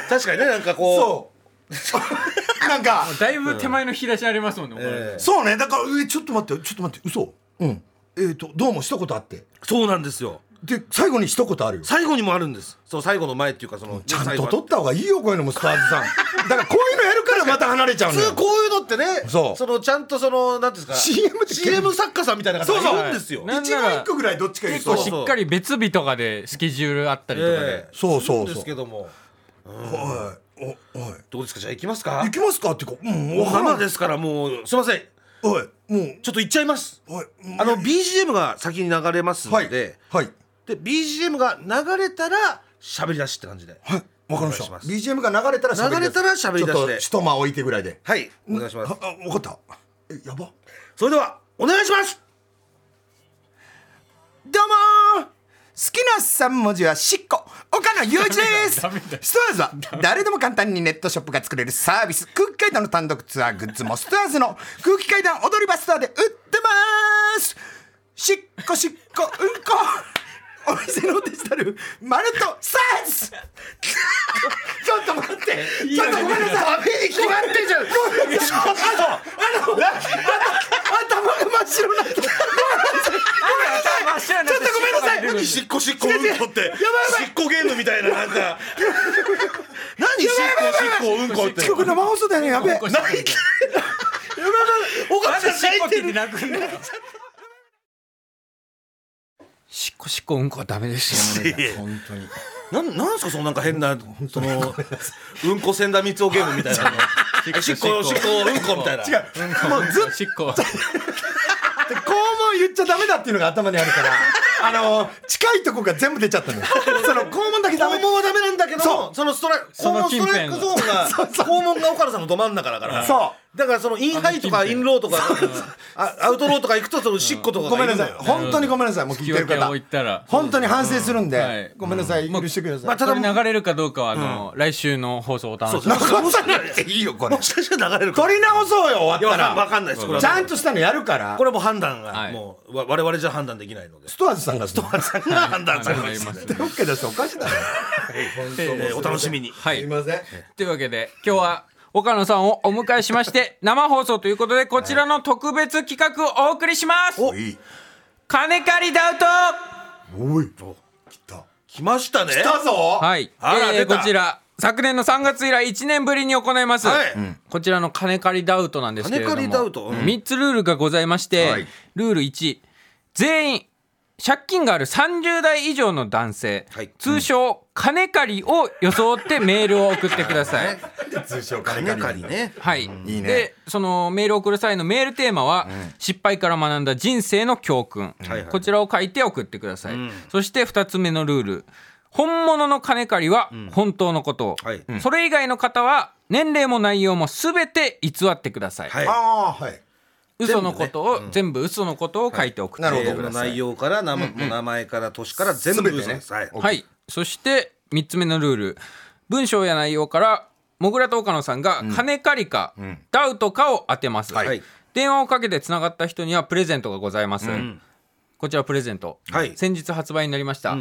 [SPEAKER 1] 確かにねなんかこ
[SPEAKER 4] そう (laughs) なんか
[SPEAKER 2] だいぶ手前の引き出しありますもんね、
[SPEAKER 1] う、
[SPEAKER 2] 岡野陽一
[SPEAKER 1] ええ
[SPEAKER 4] そうねだからえちょっと待ってちょっと待って嘘うんえっ、とどうも一言あって
[SPEAKER 1] そうなんですよ
[SPEAKER 4] で最後に一言あるよ
[SPEAKER 1] 最後にもあるんですそう最後の前っていうかその
[SPEAKER 4] ちゃん
[SPEAKER 1] 最
[SPEAKER 4] と
[SPEAKER 1] 後
[SPEAKER 4] 取った方がいいよこういうのもスターズさんだからこういうのやるからまた離れちゃう
[SPEAKER 1] 普
[SPEAKER 4] のよ
[SPEAKER 1] 通こういうのってね
[SPEAKER 4] そう
[SPEAKER 1] のちゃんとそのなんていうんですか
[SPEAKER 4] CM って
[SPEAKER 1] CM 作家さんみたいな方
[SPEAKER 4] そうそう
[SPEAKER 1] がいるんですよ
[SPEAKER 2] なん
[SPEAKER 4] 一
[SPEAKER 2] な
[SPEAKER 4] 番
[SPEAKER 2] ら
[SPEAKER 4] 一個ぐらいどっちか言う
[SPEAKER 2] 結
[SPEAKER 4] と
[SPEAKER 2] 構
[SPEAKER 1] そう
[SPEAKER 2] し
[SPEAKER 1] そう
[SPEAKER 2] っかり別日とかでスケジュールあったりとかで、
[SPEAKER 1] ええ
[SPEAKER 4] そうそうそ
[SPEAKER 1] す
[SPEAKER 4] う
[SPEAKER 1] るんですけども
[SPEAKER 4] はいおおい
[SPEAKER 1] どうですかじゃあ行きますか
[SPEAKER 4] 行きますかっていうかうん
[SPEAKER 1] お
[SPEAKER 4] わから
[SPEAKER 1] 花
[SPEAKER 4] ん
[SPEAKER 1] ですからもうすいません
[SPEAKER 4] おいもう
[SPEAKER 1] ちょっと行っちゃいます
[SPEAKER 4] おいうん
[SPEAKER 1] あの BGM が先に流れますの
[SPEAKER 4] はい
[SPEAKER 1] で、
[SPEAKER 4] はい
[SPEAKER 1] で BGM が流れたら喋り出しって感じで
[SPEAKER 4] はいわかりまし
[SPEAKER 1] お
[SPEAKER 4] た
[SPEAKER 1] 願いし
[SPEAKER 4] BGM が流れたら喋り出す
[SPEAKER 1] 流れたら喋り出して
[SPEAKER 4] ちょっと一間置いてぐらいで
[SPEAKER 1] はいお願いします
[SPEAKER 4] ああ分かったえやば
[SPEAKER 1] それではお願いします
[SPEAKER 3] どうもー好きな三文字はしっこ岡野雄一ですスト
[SPEAKER 2] ダメだ
[SPEAKER 3] アーズは誰でも簡単にネットショップが作れるサービス空気階段の単独ツアーグッズもストアーズの空気階段踊り場ストアで売ってますしっこしっこうんこお店のデジタルまるっとサーズ
[SPEAKER 4] ちょっと待って
[SPEAKER 3] ちょっとごめんなさい
[SPEAKER 1] え決まってんじゃん
[SPEAKER 3] 頭が真っ白になって
[SPEAKER 2] 真っ白にな
[SPEAKER 3] ちょっとごめんなさい
[SPEAKER 2] 出てくる
[SPEAKER 1] しっこしっこうんこってやばいやばいしっこゲームみたいななんか何しっこしっこうんこって
[SPEAKER 3] 今日生放送だよねやべえ
[SPEAKER 1] 岡
[SPEAKER 2] 朝
[SPEAKER 1] 田さん
[SPEAKER 2] し
[SPEAKER 1] 泣
[SPEAKER 2] っこ
[SPEAKER 1] いて
[SPEAKER 2] 切
[SPEAKER 1] る
[SPEAKER 2] って泣くんだしっこしっこうんこはダメですよ、ね、
[SPEAKER 4] 本当に
[SPEAKER 1] なんなんすかそのなんか変なそのうんこ千田光雄ゲームみたいなのしっこしっこうんこみたいな違う
[SPEAKER 2] もうずっしっこ
[SPEAKER 4] で肛門言っちゃダメだっていうのが頭にあるからあの近いとこが全部出ちゃったのよその肛門だけダメ
[SPEAKER 1] 肛門はダメなんだけど
[SPEAKER 4] そ
[SPEAKER 1] もそのストライク肛
[SPEAKER 2] その
[SPEAKER 1] 門ストライク
[SPEAKER 2] 近
[SPEAKER 1] ゾーンが肛門が岡田さんのど真ん中だから
[SPEAKER 4] そ
[SPEAKER 1] だからそのインハイとかインローとかあアウトローとか行くとそのしっことか
[SPEAKER 4] ごめんなさい
[SPEAKER 1] るのよ
[SPEAKER 4] 本当にごめんなさいもう聞い
[SPEAKER 2] 引き
[SPEAKER 4] てる
[SPEAKER 2] 分けを
[SPEAKER 4] 方
[SPEAKER 2] 置いたら
[SPEAKER 4] 本当に反省するんで、
[SPEAKER 2] はい
[SPEAKER 4] ごめんなさい、許してください、
[SPEAKER 1] まあただ
[SPEAKER 2] これ流れるかどうかはあの、来週の放送をお楽しみに
[SPEAKER 1] そうそう
[SPEAKER 4] 直さなくていいよこれ
[SPEAKER 1] もしかしたら流れるかも
[SPEAKER 4] 取り直そうよ
[SPEAKER 1] い
[SPEAKER 4] 終
[SPEAKER 1] やわか
[SPEAKER 4] わった
[SPEAKER 1] んわ
[SPEAKER 4] ら
[SPEAKER 1] かんないですこれは
[SPEAKER 4] ちゃんとしたのやるから
[SPEAKER 1] これはもう判断が
[SPEAKER 2] はい
[SPEAKER 1] もうわ我々じゃ判断できないので
[SPEAKER 4] ストアーズさんがストアーズ
[SPEAKER 1] さんが判 (laughs) 断されま
[SPEAKER 2] はい
[SPEAKER 1] す
[SPEAKER 2] わかりま
[SPEAKER 4] で OK だしおかしいだろ
[SPEAKER 1] えーお楽しみに
[SPEAKER 2] はい
[SPEAKER 4] すいません
[SPEAKER 2] というわけで今日は岡野さんをお迎えしまして生放送ということでこちらの特別企画をお送りします
[SPEAKER 4] おい
[SPEAKER 2] 金借りダウト
[SPEAKER 4] おい来た
[SPEAKER 1] 来ましたね
[SPEAKER 4] 来たぞ
[SPEAKER 2] はい、
[SPEAKER 1] あら
[SPEAKER 2] え
[SPEAKER 1] 出
[SPEAKER 2] ー、
[SPEAKER 1] た
[SPEAKER 2] こちら昨年の3月以来1年ぶりに行います、
[SPEAKER 1] はい
[SPEAKER 2] うんこちらの金借りダウトなんですけれども
[SPEAKER 1] 金借りダウトうん
[SPEAKER 2] 3つルールがございまして、
[SPEAKER 4] はい
[SPEAKER 2] ルール1全員借金がある30代以上の男性、
[SPEAKER 1] はい
[SPEAKER 2] 通称、金借りを装ってメールを送ってください
[SPEAKER 4] 通称金
[SPEAKER 1] 金
[SPEAKER 4] 借
[SPEAKER 1] 借
[SPEAKER 4] り
[SPEAKER 1] りね
[SPEAKER 2] はい、
[SPEAKER 4] いいね
[SPEAKER 2] でそのメールを送る際のメールテーマは、失敗から学んだ人生の教訓、
[SPEAKER 1] いはい
[SPEAKER 2] こちらを書いて送ってください、そして2つ目のルール本物の金借りは本当のことを、
[SPEAKER 1] はい
[SPEAKER 2] それ以外の方は年齢も内容も全て偽ってください、
[SPEAKER 1] はい
[SPEAKER 4] ああはい
[SPEAKER 2] 嘘のことを全部,、嘘のことを書いて送って
[SPEAKER 4] は
[SPEAKER 1] メ
[SPEAKER 4] いな
[SPEAKER 1] ー
[SPEAKER 4] る
[SPEAKER 1] ル
[SPEAKER 4] ほど
[SPEAKER 1] の内容から名,、名前から年から全部
[SPEAKER 4] 全て
[SPEAKER 1] 嘘
[SPEAKER 4] ね
[SPEAKER 1] ですはい
[SPEAKER 2] はい、そして3つ目のルール文章や内容からもぐらと岡野さんが金借りか、ダウトかを当てます、
[SPEAKER 1] はい
[SPEAKER 2] 電話をかけてつながった人にはプレゼントがございます、こちらプレゼント、
[SPEAKER 1] はい
[SPEAKER 2] 先日発売になりました、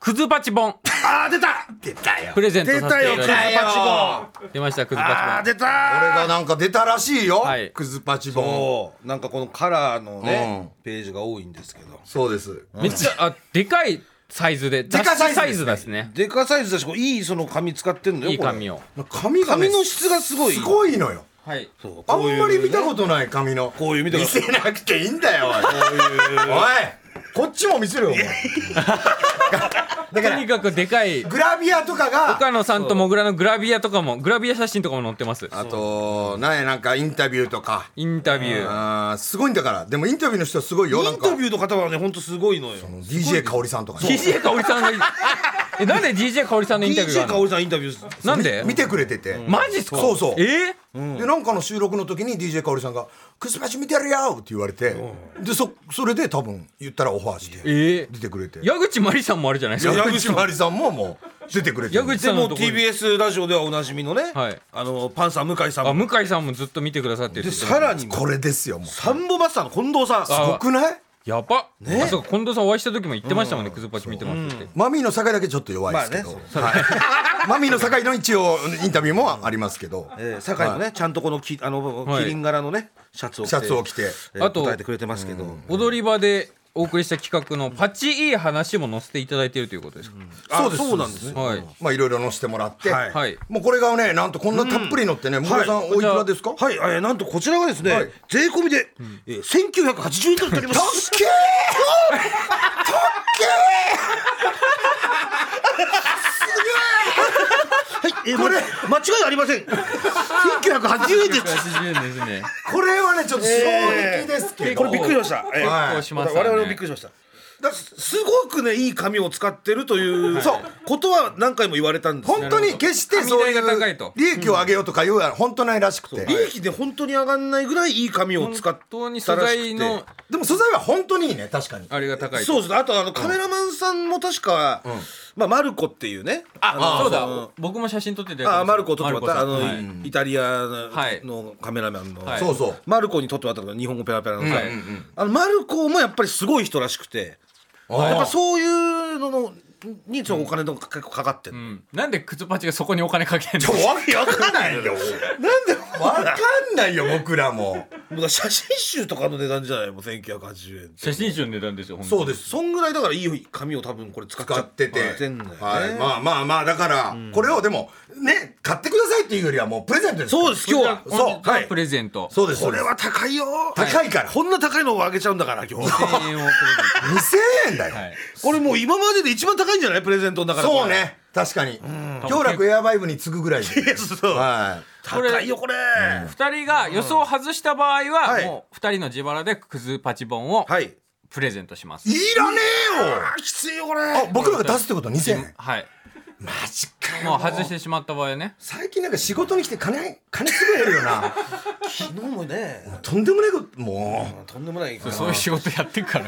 [SPEAKER 2] クズパチ本
[SPEAKER 1] あー出た
[SPEAKER 4] 出たよ
[SPEAKER 2] プレゼント
[SPEAKER 1] 出
[SPEAKER 2] させ
[SPEAKER 1] た
[SPEAKER 2] て
[SPEAKER 1] よ
[SPEAKER 2] い
[SPEAKER 1] ク
[SPEAKER 2] た
[SPEAKER 1] ズ
[SPEAKER 2] だ
[SPEAKER 1] パ
[SPEAKER 2] き
[SPEAKER 1] チボン
[SPEAKER 2] ます出ましたクズ
[SPEAKER 1] あ
[SPEAKER 2] パ
[SPEAKER 1] ー
[SPEAKER 2] チ
[SPEAKER 1] 出た
[SPEAKER 4] これ
[SPEAKER 1] ー
[SPEAKER 4] がなんか出たらしいよ、
[SPEAKER 2] はい
[SPEAKER 4] クズパチボン
[SPEAKER 1] そうなんかこのカラーのね、
[SPEAKER 4] う
[SPEAKER 1] ページが多いんですけど
[SPEAKER 4] そうです
[SPEAKER 2] 本めっちゃあでかいサイズで雑
[SPEAKER 4] かいサイズですね
[SPEAKER 2] 誌サイズですね
[SPEAKER 1] でかサイズだしこういいその紙使ってんのよ
[SPEAKER 2] いい
[SPEAKER 1] これ
[SPEAKER 2] 紙を
[SPEAKER 4] 髪がね
[SPEAKER 1] 紙の質がすごい
[SPEAKER 4] すごいのよ
[SPEAKER 2] はい
[SPEAKER 1] そう
[SPEAKER 4] あ
[SPEAKER 1] こうい
[SPEAKER 4] ん
[SPEAKER 1] う
[SPEAKER 4] まり見たことない髪の
[SPEAKER 1] こういう見たこと
[SPEAKER 4] 見せなくていいんだよおいおいこっちも見せるよお前
[SPEAKER 2] とにかくでかい
[SPEAKER 4] グラビアとかが
[SPEAKER 2] 岡野さんともぐらのグラビアとかもグラビア写真とかも載ってます
[SPEAKER 4] あとなんやなんかインタビューとか
[SPEAKER 2] インタビュー
[SPEAKER 4] あーすごいんだからでもインタビューの人はすごいよ
[SPEAKER 1] イ
[SPEAKER 4] なん
[SPEAKER 1] ン
[SPEAKER 4] か
[SPEAKER 1] タビューの方はねほんとすごいのよ
[SPEAKER 4] DJ 香織さんとかね
[SPEAKER 2] DJ 香織さんが (laughs) えなんで DJ 香織さんのインタビュ
[SPEAKER 1] DJ
[SPEAKER 2] ーがある
[SPEAKER 1] か
[SPEAKER 2] の
[SPEAKER 1] おりさんインタビューす
[SPEAKER 2] なんで
[SPEAKER 4] 見てくれてて
[SPEAKER 2] マジっすか
[SPEAKER 4] そうそう
[SPEAKER 2] え
[SPEAKER 4] でなんかの収録の時に DJ 香織さんが「クスパチ見てるよ!」って言われてでそそれで多分言ったらオファーして
[SPEAKER 2] え
[SPEAKER 4] 出てくれて
[SPEAKER 2] 矢口真理さんもあるじゃないですか
[SPEAKER 4] 矢口まりさんももう出てくれて
[SPEAKER 2] 矢口
[SPEAKER 1] で
[SPEAKER 2] さん
[SPEAKER 1] も
[SPEAKER 2] の
[SPEAKER 1] う
[SPEAKER 2] ところに
[SPEAKER 1] TBS ラジオではおなじみのね、
[SPEAKER 2] はい
[SPEAKER 1] あのパンサー向井さん
[SPEAKER 2] あ
[SPEAKER 1] も
[SPEAKER 2] 向井さんもずっと見てくださってる
[SPEAKER 1] でさらに
[SPEAKER 4] これですよもうす
[SPEAKER 1] サンボマスターの近藤さん
[SPEAKER 2] あ
[SPEAKER 4] ごくない
[SPEAKER 2] やばまさか近藤さんお会いした時も言ってましたもんねクズパチ見てますって
[SPEAKER 4] マミーの酒だけちょっと弱いですけど、はい、 (laughs) マミーの酒の一応インタビューもありますけど、
[SPEAKER 1] えー、酒井もね、ちゃんとこのきあの、
[SPEAKER 2] はい
[SPEAKER 1] キリン柄のねシャツを着
[SPEAKER 4] シ
[SPEAKER 1] て
[SPEAKER 4] ャツを着て
[SPEAKER 1] えー
[SPEAKER 2] あと
[SPEAKER 1] 答えてくれてますけど、
[SPEAKER 2] 踊り場でお送りした企画のパチいい話も載せていただいているということですか
[SPEAKER 1] あ
[SPEAKER 4] そうです
[SPEAKER 1] そうなんですよ
[SPEAKER 2] はい
[SPEAKER 4] まあいろいろ乗せてもらって、
[SPEAKER 1] はい
[SPEAKER 2] はい
[SPEAKER 4] もうこれがねなんとこんなたっぷり乗ってね、向井さ
[SPEAKER 1] は
[SPEAKER 4] ん、
[SPEAKER 1] い
[SPEAKER 4] おいくらですか、
[SPEAKER 1] はい、えーなんとこちらがですね、
[SPEAKER 4] はい
[SPEAKER 1] 税込みで、えー、1980円となっておりま
[SPEAKER 4] たっ
[SPEAKER 1] す
[SPEAKER 4] けー
[SPEAKER 1] はい、えー、これ間違いありません1980円です
[SPEAKER 2] 80円ですね
[SPEAKER 4] これはねちょっと衝撃ですけど、
[SPEAKER 1] これびっくりしました、えー
[SPEAKER 4] はい
[SPEAKER 2] こうしま
[SPEAKER 1] 我
[SPEAKER 2] すよね
[SPEAKER 1] 々もびっくりしましただすすごくねいい紙を使ってるという、そうことは何回も言われたんです
[SPEAKER 4] 本当に決してそうい
[SPEAKER 2] 神代が高いうと
[SPEAKER 4] 利益を上げようとかいうのは本当ないらしくて、
[SPEAKER 1] 利益で本当に上がんないぐらいいい紙を使っ
[SPEAKER 2] 本当に素
[SPEAKER 1] たらしくて
[SPEAKER 2] 材の
[SPEAKER 4] でも素材は本当にいいね確かに
[SPEAKER 2] あれが高いと
[SPEAKER 1] そうですねあとあのカメラマンさんも確か、まあ、マルコっていうね
[SPEAKER 2] あそうだ僕も写真撮ってたやつ
[SPEAKER 1] あマルコを撮ってもらったあ
[SPEAKER 2] マルコ
[SPEAKER 1] の、
[SPEAKER 2] さんはい
[SPEAKER 1] イタリア
[SPEAKER 2] はい
[SPEAKER 1] のカメラマンの、
[SPEAKER 2] はい
[SPEAKER 4] そうそう
[SPEAKER 1] マルコに撮ってもらったのが日本語ペラペラのさ、
[SPEAKER 2] はい
[SPEAKER 1] あのマルコもやっぱりすごい人らしくて
[SPEAKER 4] あー
[SPEAKER 1] やっぱそういうののにそのお金とか結構かかってる、
[SPEAKER 2] うんなんで靴パチがそこにお金かけんの
[SPEAKER 4] わけわかんないよ
[SPEAKER 1] なんで
[SPEAKER 4] わかんないよ僕らも
[SPEAKER 1] もうだ写真集とかの値段じゃないもう1980円って
[SPEAKER 2] 写真集の値段ですよ本当に
[SPEAKER 4] そうです
[SPEAKER 1] そんぐらいだからいい紙を多分これ使っち
[SPEAKER 4] 使
[SPEAKER 1] ゃ
[SPEAKER 4] ってて、
[SPEAKER 1] んだよね、
[SPEAKER 4] はい、まあまあまあだからこれをでもね買ってくださいっていうよりはもうプレゼントですから
[SPEAKER 1] そうです今日は
[SPEAKER 2] これが
[SPEAKER 4] そう
[SPEAKER 2] これが
[SPEAKER 4] はい
[SPEAKER 2] プレゼント
[SPEAKER 4] そうです
[SPEAKER 1] これは高いよ
[SPEAKER 4] 高いから
[SPEAKER 1] こんな高いのをあげちゃうんだから今日
[SPEAKER 2] 1000円をプレゼン
[SPEAKER 4] 2000円だよ、
[SPEAKER 2] トはい
[SPEAKER 1] これもう今までで一番高いんじゃないプレゼントの中で
[SPEAKER 4] そうね確かに京楽エアバイブに次ぐぐらいで
[SPEAKER 1] いやそう
[SPEAKER 4] はい
[SPEAKER 1] 高いよこれ、
[SPEAKER 2] 二人が予想を外した場合は、
[SPEAKER 1] はい
[SPEAKER 2] もう二人の自腹でクズパチ本を
[SPEAKER 1] はい
[SPEAKER 2] プレゼントします。
[SPEAKER 4] いらね
[SPEAKER 1] あきついよこれ
[SPEAKER 4] えよあ僕らが出すってことは2000円
[SPEAKER 2] はい。
[SPEAKER 4] マジかよ
[SPEAKER 2] もう外してしまった場合はね。
[SPEAKER 4] 最近なんか仕事に来て金金すごい減るよな
[SPEAKER 1] 昨日もね
[SPEAKER 4] とんでもないことも
[SPEAKER 1] とんでもない
[SPEAKER 2] そういう仕事やってるから。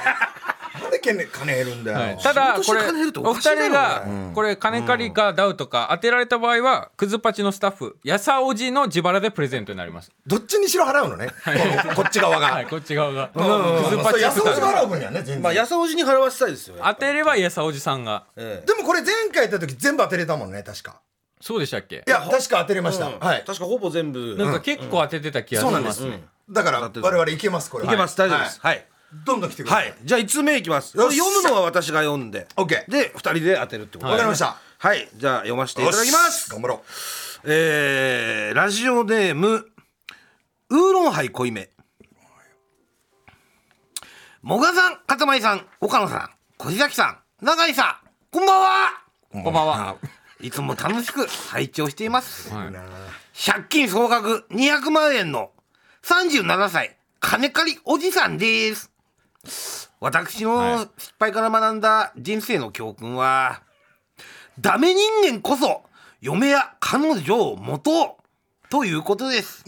[SPEAKER 4] うなんで金金減るんだよ、
[SPEAKER 2] ただ
[SPEAKER 1] 仕事し
[SPEAKER 2] これ
[SPEAKER 1] て金減るって
[SPEAKER 2] お
[SPEAKER 1] お
[SPEAKER 2] 二
[SPEAKER 1] かしいだろ
[SPEAKER 2] 人がこれ金借りかダウとか当てられた場合はクズパチのスタッフやさおじの自腹でプレゼントになります。
[SPEAKER 4] どっちにしろ払うのねこのこっち側が、
[SPEAKER 2] はい、こっち側が。
[SPEAKER 4] うん
[SPEAKER 2] クズパ
[SPEAKER 4] そう
[SPEAKER 2] チ
[SPEAKER 4] 安
[SPEAKER 2] ス
[SPEAKER 4] お
[SPEAKER 2] タ
[SPEAKER 4] じ
[SPEAKER 2] ッフ。
[SPEAKER 4] 払う分にはね全然、
[SPEAKER 1] まあ安おじに払わせたいですよ
[SPEAKER 2] 当てればやさおじさんが。
[SPEAKER 1] ええ
[SPEAKER 4] でもこれ前回やった時全部当てれたもんね確か
[SPEAKER 2] そうでしたっけ
[SPEAKER 4] い？や確か当てれました、
[SPEAKER 1] うん
[SPEAKER 4] はい
[SPEAKER 1] 確かほぼ全部
[SPEAKER 2] なんか結構当ててた気がし
[SPEAKER 4] そうなん
[SPEAKER 2] ま
[SPEAKER 4] ですす、
[SPEAKER 2] ね。
[SPEAKER 4] だから我々いけますこれ
[SPEAKER 1] い
[SPEAKER 4] い
[SPEAKER 1] けます、大丈夫ですはい、
[SPEAKER 4] どんどん来てくだ
[SPEAKER 1] は
[SPEAKER 4] さ
[SPEAKER 1] い
[SPEAKER 4] い、
[SPEAKER 1] じゃあ1通目いきます
[SPEAKER 4] よっしゃ
[SPEAKER 1] 読むのは私が読んで
[SPEAKER 4] OK
[SPEAKER 1] で2人で当てるってこと
[SPEAKER 4] わかりました
[SPEAKER 1] はいじゃあ読ませてい
[SPEAKER 4] よ
[SPEAKER 1] た
[SPEAKER 4] し
[SPEAKER 1] だきます
[SPEAKER 4] 頑張ろう
[SPEAKER 1] えー、ラジオネームウーロンハイ濃いめもがさんかたまいさん岡野さん小崎さん永井さんこんばんは
[SPEAKER 2] こんばんは。
[SPEAKER 3] いつも楽しく拝聴しています。
[SPEAKER 2] はい
[SPEAKER 3] 借金総額200万円の37歳金借りおじさんです。私の失敗から学んだ人生の教訓は、ダメ人間こそ嫁や彼女を持とうということです。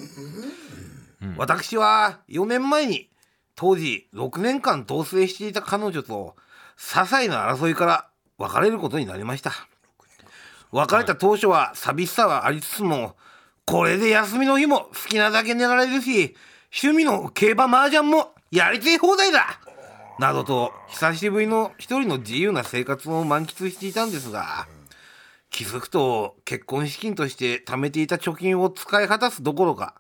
[SPEAKER 3] 私は4年前に当時6年間同棲していた彼女と些細な争いから別れることになりました別れた当初は寂しさはありつつもこれで休みの日も好きなだけ寝られるし趣味の競馬麻雀もやりてえ放題だなどと久しぶりの一人の自由な生活を満喫していたんですが気づくと結婚資金として貯めていた貯金を使い果たすどころか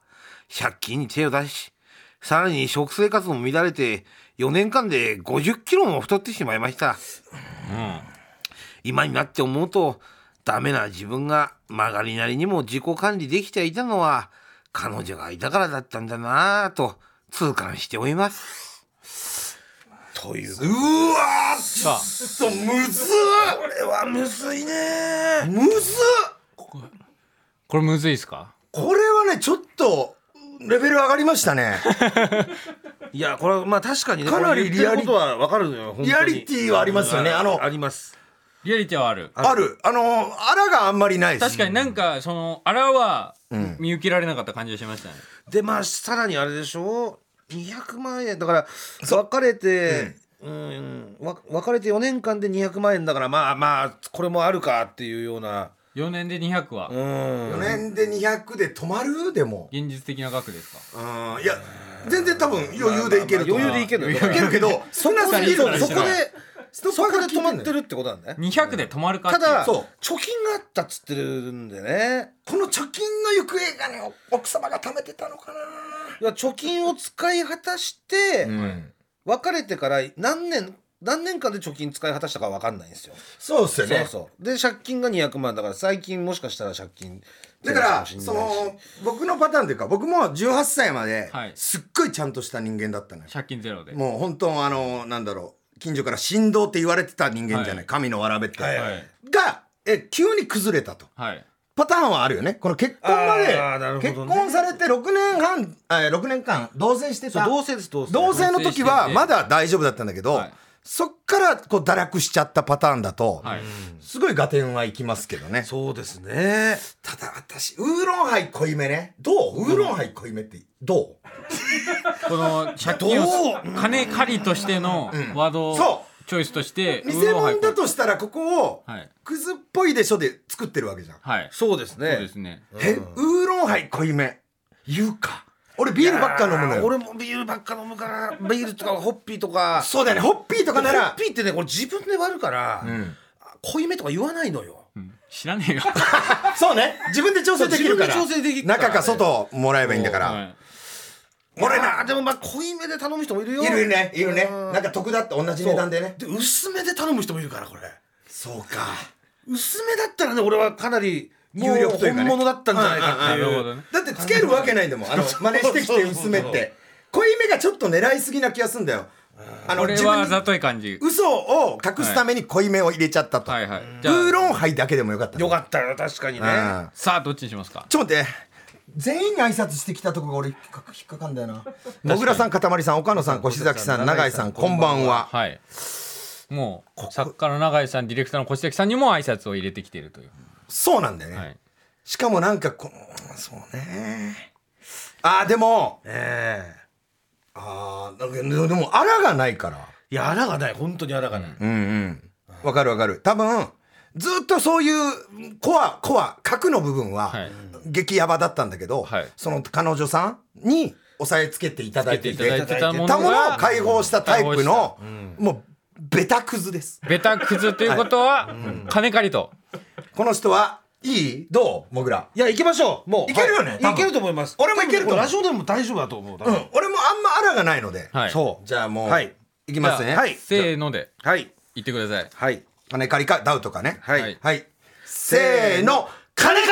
[SPEAKER 3] 借金に手を出しさらに食生活も乱れて4年間で50キロも太ってしまいました、今になって思うとダメな自分が曲がりなりにも自己管理できていたのは彼女がいたからだったんだなぁと痛感しておりますといううわ
[SPEAKER 2] さあ
[SPEAKER 3] そうむずこれはむずいね
[SPEAKER 4] むずっ
[SPEAKER 2] これむずいですか
[SPEAKER 4] これはねちょっとレベル上がりまし
[SPEAKER 1] (laughs)
[SPEAKER 4] たね
[SPEAKER 3] いやこれはまあ確かにね
[SPEAKER 4] かなり
[SPEAKER 3] これ言ってることはわかるのよ本当に
[SPEAKER 4] リアリティはありますよねあの
[SPEAKER 3] あります
[SPEAKER 2] リアリティはある
[SPEAKER 4] あるあのあらがあんまりないです
[SPEAKER 2] 確かになんかそのあらは見受けられなかった感じがしましたね、
[SPEAKER 3] でまあさらにあれでしょ200万円だから別れてうん、わ別れて4年間で200万円だからまあまあこれもあるかっていうような
[SPEAKER 2] 4年で200は
[SPEAKER 3] うん
[SPEAKER 4] 4年で200で止まるでも
[SPEAKER 2] 現実的な額ですか
[SPEAKER 4] うんいや全然多分余裕でいけると思う、
[SPEAKER 3] 余裕でいけるよ
[SPEAKER 4] いけるけど少なすぎるんです
[SPEAKER 3] そ
[SPEAKER 4] よ
[SPEAKER 3] こ
[SPEAKER 2] 少な
[SPEAKER 3] で
[SPEAKER 4] そ
[SPEAKER 3] そこで止まって
[SPEAKER 4] る
[SPEAKER 3] るってことなんだね
[SPEAKER 2] 200で止まるかって
[SPEAKER 3] た
[SPEAKER 2] いう
[SPEAKER 3] だ貯
[SPEAKER 4] そう
[SPEAKER 3] 金があったっつってるんでね
[SPEAKER 4] この貯金の行方がね奥様が貯めてたのかない
[SPEAKER 3] や貯金を使い果たして、
[SPEAKER 4] ん
[SPEAKER 3] 別れてから何年何年間で貯金使い果たしたかわかんないんですよ
[SPEAKER 4] そうですよ
[SPEAKER 3] そうそうで借金が200万だから最近もしかしたら借金
[SPEAKER 4] だか
[SPEAKER 3] も
[SPEAKER 4] ら
[SPEAKER 3] しんないし
[SPEAKER 4] その僕のパターンというか僕も18歳まで
[SPEAKER 2] はい
[SPEAKER 4] すっごいちゃんとした人間だったのよ、
[SPEAKER 2] 借金ゼロで
[SPEAKER 4] もう本当あのなんだろう近所から振動って言われてた人間じゃない、
[SPEAKER 2] はい
[SPEAKER 4] 神のわらべって、
[SPEAKER 2] はい
[SPEAKER 4] がえ急に崩れたと
[SPEAKER 2] はい
[SPEAKER 4] パターンはあるよねこの結婚まで、
[SPEAKER 3] あーなるほどね
[SPEAKER 4] 結婚されて6年半えー6年間同棲して
[SPEAKER 3] そう
[SPEAKER 4] た
[SPEAKER 3] 同棲です同棲
[SPEAKER 4] 同棲の時
[SPEAKER 2] 同棲し
[SPEAKER 4] は
[SPEAKER 2] てて
[SPEAKER 4] まだ大丈夫だったんだけど、
[SPEAKER 2] はい
[SPEAKER 4] そっからこう堕落しちゃったパターンだと、
[SPEAKER 2] はい
[SPEAKER 4] すごい合点はいきますけどね
[SPEAKER 3] そうですね
[SPEAKER 4] ただ私ウーロンハイ濃いめねどうウーロンハイ濃いめってど
[SPEAKER 2] この借金を
[SPEAKER 4] ど
[SPEAKER 2] 金借りとしてのワード
[SPEAKER 4] そ
[SPEAKER 2] をチョイスとして
[SPEAKER 4] う偽物だ
[SPEAKER 2] ウーロンハイ
[SPEAKER 4] としたらここを
[SPEAKER 2] はい
[SPEAKER 4] クズっぽいでしょで作ってるわけじゃん、
[SPEAKER 2] はいそ
[SPEAKER 3] そうですね
[SPEAKER 2] うですね
[SPEAKER 4] えウーロンハイ濃いめ言うか俺ビールばっか飲むの
[SPEAKER 3] あー
[SPEAKER 4] よ
[SPEAKER 3] 俺もビールばっか飲むからビールとかホッピーとか
[SPEAKER 4] そうだよねホッピーと
[SPEAKER 3] ホ
[SPEAKER 4] かなら
[SPEAKER 3] ッピーってねこれ自分で割るから、濃いめとか言わないのよ
[SPEAKER 2] うん知らねえよ
[SPEAKER 4] そうね自分で調整できるから
[SPEAKER 3] そう自分で調整できるから
[SPEAKER 4] 中か外もらえばいいんだから、
[SPEAKER 2] はい
[SPEAKER 3] 俺なでもまあ濃いめで頼む人もいるよ
[SPEAKER 4] いるねいるね
[SPEAKER 3] うん
[SPEAKER 4] なんか得だって同じ値段でね
[SPEAKER 3] で薄めで頼む人もいるからこれ
[SPEAKER 4] そうか
[SPEAKER 3] 薄めだったらね俺はかなりもう
[SPEAKER 4] 有力というかね
[SPEAKER 3] 本物だったんじゃないかって
[SPEAKER 2] ないる
[SPEAKER 3] う
[SPEAKER 2] ほどね
[SPEAKER 4] だってつけるわけないんだもんあの真似してきて薄めっ
[SPEAKER 3] そうそうそう
[SPEAKER 4] て濃いめがちょっと狙いすぎな気がすんだよあの
[SPEAKER 2] これ
[SPEAKER 4] 自
[SPEAKER 2] はあ
[SPEAKER 4] 分
[SPEAKER 2] ざ
[SPEAKER 4] に
[SPEAKER 2] とい感じ
[SPEAKER 4] 嘘を隠すために濃いめを入れちゃったと、
[SPEAKER 2] はいはいじゃ
[SPEAKER 4] ウー
[SPEAKER 2] あ
[SPEAKER 4] ロンハイだけでもよかった
[SPEAKER 3] よかったよ確かにね
[SPEAKER 4] うん
[SPEAKER 2] さあどっちにしますか
[SPEAKER 4] ちょっと待って全員に挨拶してきたとこが俺引っか引っかかんだよなもぐらさんかたまりさん岡野さん越崎さん永井さんこんばんは
[SPEAKER 2] はいもう作家の永井さんディレクターの越崎さんにも挨拶を入れてきているという
[SPEAKER 4] そうなんだよね、
[SPEAKER 2] はい
[SPEAKER 4] しかもなんかこのそうねあーでも
[SPEAKER 3] ええ
[SPEAKER 4] あーなんかでもあらがないから
[SPEAKER 3] いやあらがない本当にあらがない、
[SPEAKER 4] うんうんわかるわかる多分ずっとそういうコアコア核の部分は
[SPEAKER 2] はい
[SPEAKER 4] 激ヤバだったんだけど、
[SPEAKER 2] はい
[SPEAKER 4] その彼女さんに押さえつけていただいてい
[SPEAKER 2] つけていただいてたものが
[SPEAKER 4] たものを解放したタイプ
[SPEAKER 2] 解放
[SPEAKER 4] の、もうベタクズです
[SPEAKER 2] ベタクズということは金借りと
[SPEAKER 4] この人はいいどうもぐら
[SPEAKER 3] いや行きましょうもう
[SPEAKER 4] いけるよね
[SPEAKER 3] はい
[SPEAKER 4] 多分
[SPEAKER 3] いけると思います
[SPEAKER 4] 俺もいけると思う
[SPEAKER 3] 多分これラジオでも大丈夫だと思う多
[SPEAKER 4] う
[SPEAKER 3] 分
[SPEAKER 4] ん俺もあんまあらがないので、
[SPEAKER 2] はい
[SPEAKER 4] そうじゃあもう、
[SPEAKER 3] はい
[SPEAKER 4] いきます
[SPEAKER 2] じ
[SPEAKER 4] ね
[SPEAKER 2] ゃあ
[SPEAKER 4] はい
[SPEAKER 2] せーので
[SPEAKER 3] はい
[SPEAKER 2] 言ってください
[SPEAKER 3] はい
[SPEAKER 4] 金借りかダウとかね
[SPEAKER 3] はい、
[SPEAKER 2] はい
[SPEAKER 4] はい、せーの金借り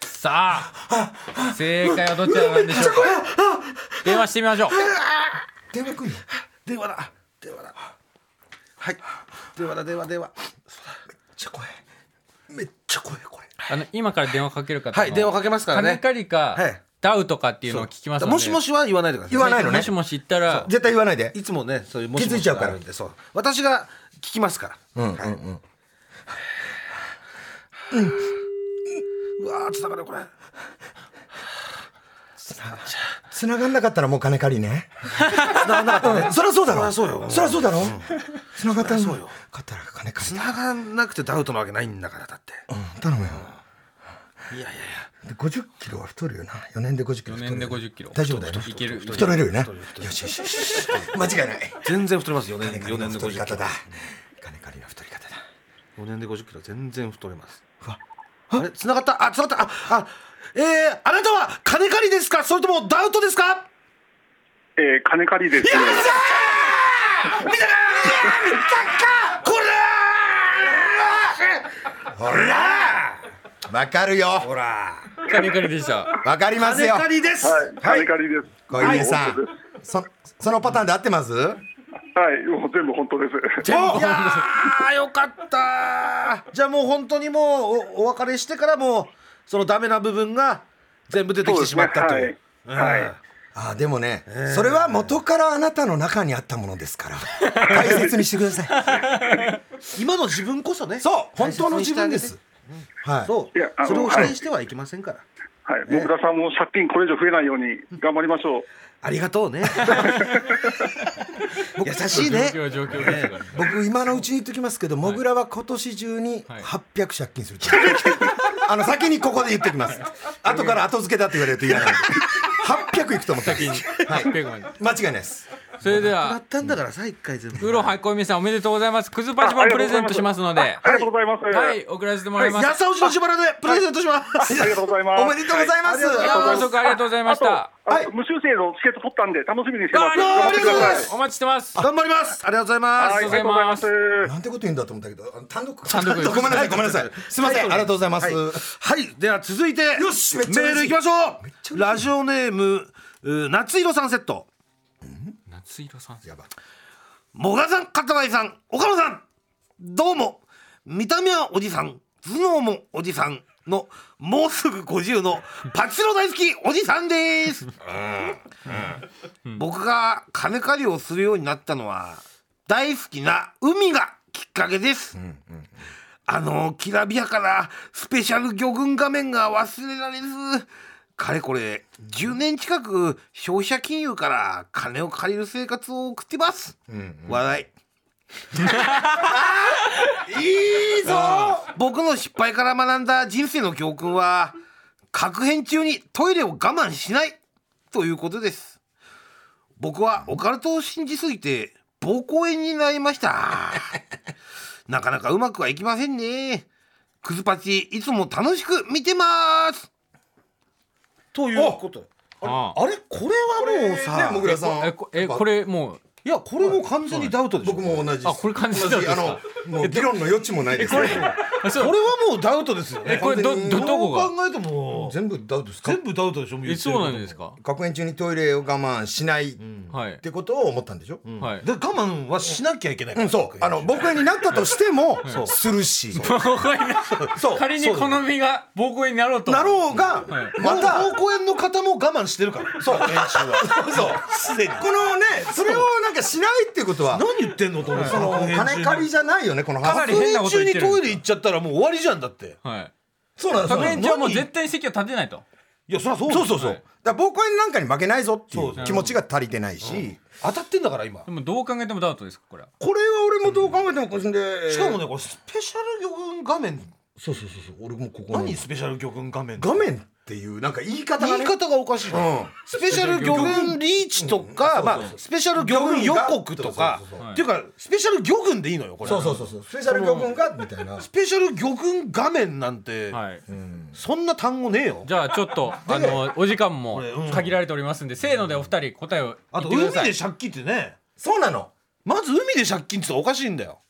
[SPEAKER 2] さあ正解はどちらなんでしょうか電話してみましょう
[SPEAKER 4] 電話くんの
[SPEAKER 3] 電話だ電話だはい電話だ電話電話
[SPEAKER 4] ちょ怖いめっちゃ怖いこれ
[SPEAKER 2] あの今から電話かける方も
[SPEAKER 1] はい電話かけますからね
[SPEAKER 2] 金借りか、
[SPEAKER 1] はい
[SPEAKER 2] ダウとかっていうのを聞きますので
[SPEAKER 1] もしもしは言わないでください
[SPEAKER 3] 言わないのね
[SPEAKER 2] もしもし言ったら
[SPEAKER 3] 絶対言わないで
[SPEAKER 1] いつもねそういうもしもし
[SPEAKER 4] 気づいちゃうから
[SPEAKER 1] があるんでそう私が聞きますからうんうんうんうわーつながるこれ
[SPEAKER 4] 繋がんなかったらもう金借りね
[SPEAKER 3] うんそりゃそうだろ
[SPEAKER 1] そりゃそうよ
[SPEAKER 3] そりゃそうだろ繋がったら
[SPEAKER 1] そうよ
[SPEAKER 3] 買ったら金貸
[SPEAKER 1] つ
[SPEAKER 3] して
[SPEAKER 1] ながんなくてダウトなわけないんだからだって
[SPEAKER 4] 頼むよ
[SPEAKER 1] いやいやい
[SPEAKER 4] で50キロは太るよな4年で50キロ
[SPEAKER 2] 4
[SPEAKER 4] 太る
[SPEAKER 2] 年で50キロ
[SPEAKER 4] 大丈夫だよね
[SPEAKER 2] いける
[SPEAKER 4] 太れるよねよしよしよし間違いない
[SPEAKER 1] や全然太ります4年
[SPEAKER 4] 金
[SPEAKER 1] 四
[SPEAKER 4] 借り
[SPEAKER 1] 年で
[SPEAKER 4] の太
[SPEAKER 1] 50
[SPEAKER 4] り
[SPEAKER 1] キロ
[SPEAKER 4] 方だ金借りの太り方だ
[SPEAKER 1] 4年で50キロ全然太れますあれつながったあつながったああえー、あなたは金借りですかそれともダウトですか
[SPEAKER 5] えー、金借りですね。
[SPEAKER 1] これ
[SPEAKER 4] ほらわかるよほら
[SPEAKER 2] 金借りでした
[SPEAKER 4] わかります
[SPEAKER 1] 金
[SPEAKER 4] よ
[SPEAKER 1] 借りです、
[SPEAKER 5] はい、金借りです。
[SPEAKER 4] 小出さん
[SPEAKER 5] 本当で
[SPEAKER 4] そそのパターンで合ってます
[SPEAKER 5] すはい、もう全部本当で
[SPEAKER 1] い
[SPEAKER 5] す。
[SPEAKER 1] やーよかったーじゃあもう本当にもうおお別れしてからもうそのダメな部分が全部出てきてしまったという
[SPEAKER 5] そうですねはい
[SPEAKER 1] うん
[SPEAKER 5] はい
[SPEAKER 4] あーでもね、それは元からあなたの中にあったものです
[SPEAKER 1] (laughs)
[SPEAKER 4] から大切にしてください
[SPEAKER 1] 今の自分こそね
[SPEAKER 4] そう本
[SPEAKER 1] 大切にして
[SPEAKER 4] 当の自分で
[SPEAKER 1] あげ
[SPEAKER 4] す
[SPEAKER 1] て
[SPEAKER 4] はい
[SPEAKER 1] そう
[SPEAKER 5] いやあの
[SPEAKER 1] それを否定してはいけませんから、
[SPEAKER 5] はい、もぐらさんも借金これ以上増えないように頑張りましょう。
[SPEAKER 1] ありがとうね優しい
[SPEAKER 2] 状
[SPEAKER 1] ね
[SPEAKER 2] 況状況ですから
[SPEAKER 4] 僕今のうちに言っときますけど、もぐらは今年中に
[SPEAKER 2] はい
[SPEAKER 4] 800借金すると、 (laughs) あの先にここで言ってきます後から後付けだって言われると嫌なんで800いくと思って
[SPEAKER 2] 先に
[SPEAKER 4] ます
[SPEAKER 2] 800まで
[SPEAKER 4] 間違いないです
[SPEAKER 2] それで
[SPEAKER 1] だ
[SPEAKER 2] は
[SPEAKER 1] ったんだからさ一回全
[SPEAKER 2] ウ
[SPEAKER 1] 部
[SPEAKER 2] ロハイコイミさんおめでとうございますクズパチモンプレゼントしますので
[SPEAKER 5] ありがとうございます。
[SPEAKER 2] はい送らせてもらいます、
[SPEAKER 1] やさおじの自腹でプレゼントします、
[SPEAKER 5] ありがとうございます。
[SPEAKER 4] おめでとうございます、
[SPEAKER 2] いや遅くありがとうございまし
[SPEAKER 5] あと
[SPEAKER 2] た。
[SPEAKER 5] あと無修正のチケット取ったんで楽しみにしてます。
[SPEAKER 2] どうも
[SPEAKER 5] 頑張ってください
[SPEAKER 2] お待ちしてます。
[SPEAKER 1] 頑張りますありがとうございます、
[SPEAKER 5] はい、ありがとうございます。
[SPEAKER 4] なんてこと言うんだと思ったけどあの単独
[SPEAKER 2] 単独
[SPEAKER 4] (laughs)
[SPEAKER 2] です
[SPEAKER 4] ごめんなさいごめんなさいすいませんありがとうございます、
[SPEAKER 1] はい、はいでは続いて
[SPEAKER 4] よしめ
[SPEAKER 1] メ
[SPEAKER 4] っちゃ嬉
[SPEAKER 1] ー
[SPEAKER 4] しい
[SPEAKER 1] ルいきましょうラジオネームう夏色さんセット
[SPEAKER 2] 夏色さん。
[SPEAKER 4] やば
[SPEAKER 1] もがさん片貝さん岡野さんどうも見た目はおじさん頭脳もおじさんのもうすぐ50のパチロ大好きおじさんです、僕が金借りをするようになったのは大好きな海がきっかけです、あのきらびやかなスペシャル魚群画面が忘れられずかれこれ10年近く消費者金融から金を借りる生活を送ってます、笑い
[SPEAKER 4] (laughs) いいぞ
[SPEAKER 1] 僕の失敗から学んだ人生の教訓は確変中にトイレを我慢しないということです僕はオカルトを信じすぎて膀胱炎になりましたなかなかうまくはいきませんねクズパチいつも楽しく見てますということ
[SPEAKER 2] あ
[SPEAKER 1] あれこれはもうさ
[SPEAKER 4] ねもぐらさん
[SPEAKER 2] えこえこれもう
[SPEAKER 1] いやこれも完全にダウトでしょ
[SPEAKER 4] 僕も同じです
[SPEAKER 2] あこれ感じたんです
[SPEAKER 4] 同
[SPEAKER 2] か
[SPEAKER 4] じあのもう議論の余地もないです
[SPEAKER 2] あ
[SPEAKER 1] これ
[SPEAKER 2] そ
[SPEAKER 1] は
[SPEAKER 2] う
[SPEAKER 1] もうダウトですよ
[SPEAKER 2] え
[SPEAKER 1] ね
[SPEAKER 2] これどどどこ
[SPEAKER 1] ど
[SPEAKER 2] が
[SPEAKER 1] う考えても
[SPEAKER 4] 全部どうですか
[SPEAKER 1] 全部ダウトでしょもう言
[SPEAKER 2] え
[SPEAKER 1] ってる
[SPEAKER 2] そ
[SPEAKER 1] こと
[SPEAKER 2] うなんですか。
[SPEAKER 4] 学園中にトイレを我慢しないっ
[SPEAKER 2] はい
[SPEAKER 4] てことを思ったんでしょ、う
[SPEAKER 2] はい
[SPEAKER 1] で。我慢はしなきゃいけないか
[SPEAKER 4] う
[SPEAKER 1] ら、
[SPEAKER 4] ん、そう。あの、僕になったとしても、するし。そう。
[SPEAKER 2] 仮にこの身が膀胱炎になろうと。
[SPEAKER 4] なろうが、ま
[SPEAKER 1] また
[SPEAKER 4] た、
[SPEAKER 1] 膀胱炎の方も我慢してるからそう練習
[SPEAKER 4] (laughs)
[SPEAKER 1] はそうすでに
[SPEAKER 4] このね、それをなんかしないっていうことは、
[SPEAKER 1] 何言ってんのと思って
[SPEAKER 4] その、金借りじゃないよね、この
[SPEAKER 2] かな
[SPEAKER 4] 話。
[SPEAKER 2] り変なこと
[SPEAKER 1] 中
[SPEAKER 2] 言
[SPEAKER 1] に
[SPEAKER 2] ってるん
[SPEAKER 1] トイ
[SPEAKER 2] で
[SPEAKER 1] レ
[SPEAKER 2] す
[SPEAKER 1] 行っちゃったらもう終わりじゃんだって
[SPEAKER 2] か。はい。
[SPEAKER 4] そうなんです
[SPEAKER 2] 確
[SPEAKER 4] よ。
[SPEAKER 2] 変中はもう絶対に席を立てないと。
[SPEAKER 1] いやそりゃそう
[SPEAKER 4] そうそうそう。
[SPEAKER 1] はい
[SPEAKER 4] だから、僕になんかに負けないぞってい
[SPEAKER 1] そう
[SPEAKER 4] う気持ちが足りてないし、
[SPEAKER 1] 当たってんだから今
[SPEAKER 2] でもどう考えてもダウトですかこれは。
[SPEAKER 4] これは俺もどう考えてもこれで。
[SPEAKER 1] しかもねこれスペシャル魚群画面
[SPEAKER 4] そうそうそうそう、俺もここの
[SPEAKER 1] 何スペシャル魚群画面
[SPEAKER 4] 画面っていう、なんか言い方が
[SPEAKER 1] 言い
[SPEAKER 4] ね。
[SPEAKER 1] 方がおかしいな、
[SPEAKER 4] うん
[SPEAKER 1] スペシャル魚群リーチとか、まあ、スペシャル魚群予告とか
[SPEAKER 4] そうそうそう
[SPEAKER 2] そう
[SPEAKER 1] っていうかスペシャル魚群でいいのよこれ
[SPEAKER 4] そうそうそうそう。スペシャル教訓が、みたいな。
[SPEAKER 1] スペシャル魚群画面なんて、
[SPEAKER 2] はい。
[SPEAKER 1] そんな単語ねえよ
[SPEAKER 2] じゃあちょっとあのお時間も
[SPEAKER 1] これうん
[SPEAKER 2] 限られておりますんで、せーのでお二人答えを言
[SPEAKER 1] あ
[SPEAKER 2] っ
[SPEAKER 1] と
[SPEAKER 2] てく
[SPEAKER 1] 海
[SPEAKER 2] だ
[SPEAKER 1] で
[SPEAKER 2] さい。
[SPEAKER 1] 借金ってね
[SPEAKER 4] そうなの。
[SPEAKER 1] まず海で借金って言ったらおかしいんだよ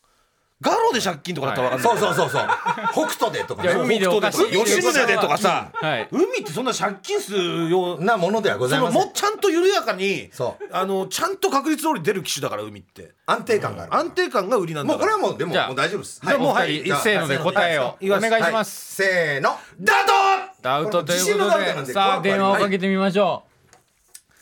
[SPEAKER 3] ガロで借金とかだったら分かんない、
[SPEAKER 4] そうそうそうそう北斗でとか
[SPEAKER 2] いや
[SPEAKER 4] ね
[SPEAKER 2] 海でおかしい
[SPEAKER 3] そう吉宗でとかさ、
[SPEAKER 2] はい
[SPEAKER 3] 海ってそんな借金するよう
[SPEAKER 4] なものではござ
[SPEAKER 3] そ
[SPEAKER 4] い
[SPEAKER 3] の
[SPEAKER 4] ませ
[SPEAKER 3] も
[SPEAKER 4] ん
[SPEAKER 3] うちゃんと緩やかに
[SPEAKER 4] そう
[SPEAKER 3] あのちゃんと確率通り出る機種だから海って
[SPEAKER 4] 安定感がある
[SPEAKER 3] 安定感が売りなんだ
[SPEAKER 4] もう
[SPEAKER 3] か
[SPEAKER 4] これ
[SPEAKER 3] ら
[SPEAKER 4] はもうでも
[SPEAKER 2] じゃあ
[SPEAKER 4] もう大丈夫です
[SPEAKER 3] じゃあもう
[SPEAKER 2] お
[SPEAKER 3] はい
[SPEAKER 2] 二人せーので答えを
[SPEAKER 3] 言い
[SPEAKER 2] お
[SPEAKER 3] ます
[SPEAKER 2] 願いします、
[SPEAKER 4] はいせーの
[SPEAKER 3] だと
[SPEAKER 2] ダウトというこ
[SPEAKER 4] 自信のダ
[SPEAKER 2] と
[SPEAKER 4] ウトなん
[SPEAKER 2] で
[SPEAKER 4] で
[SPEAKER 2] さあ
[SPEAKER 4] 怖くはない
[SPEAKER 2] 電話をかけてみましょ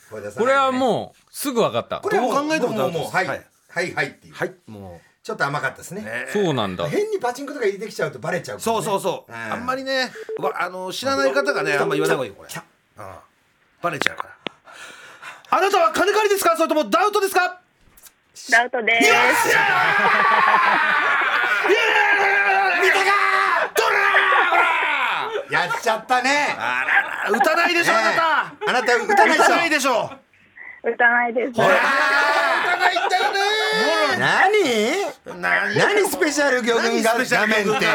[SPEAKER 4] これ出
[SPEAKER 2] う
[SPEAKER 4] さ
[SPEAKER 2] こ
[SPEAKER 4] ない
[SPEAKER 2] れ
[SPEAKER 4] でね
[SPEAKER 2] はもうすぐ分かった
[SPEAKER 4] これはもう
[SPEAKER 3] どう考えても
[SPEAKER 4] もうもう
[SPEAKER 3] ダウトです
[SPEAKER 4] はい
[SPEAKER 3] はい
[SPEAKER 4] はいはいっていう
[SPEAKER 3] はいも
[SPEAKER 4] ちょっと甘かったですね
[SPEAKER 2] そうなんだ
[SPEAKER 4] 変にパチンコとか入れてきちゃうとバレちゃう
[SPEAKER 3] うそうそうそう、
[SPEAKER 4] はい
[SPEAKER 3] あんまりねわあの知らない方がねあんま言わない方がいいこれ、
[SPEAKER 4] キャ
[SPEAKER 3] うん、バレちゃうからあなたは金借りですかそれともダウトですか
[SPEAKER 6] ダウトです。
[SPEAKER 4] やっちゃったね
[SPEAKER 3] あらら打たないでしょあな
[SPEAKER 4] あなた歌
[SPEAKER 3] た、
[SPEAKER 4] ない
[SPEAKER 3] 打
[SPEAKER 4] でしたょ
[SPEAKER 3] ないでしょ
[SPEAKER 6] 打たないです。
[SPEAKER 3] 打たないんだよね
[SPEAKER 4] 何何スペシャル魚群が
[SPEAKER 3] 何スペシャ
[SPEAKER 4] 画
[SPEAKER 3] ル魚
[SPEAKER 4] 面
[SPEAKER 3] 群
[SPEAKER 4] って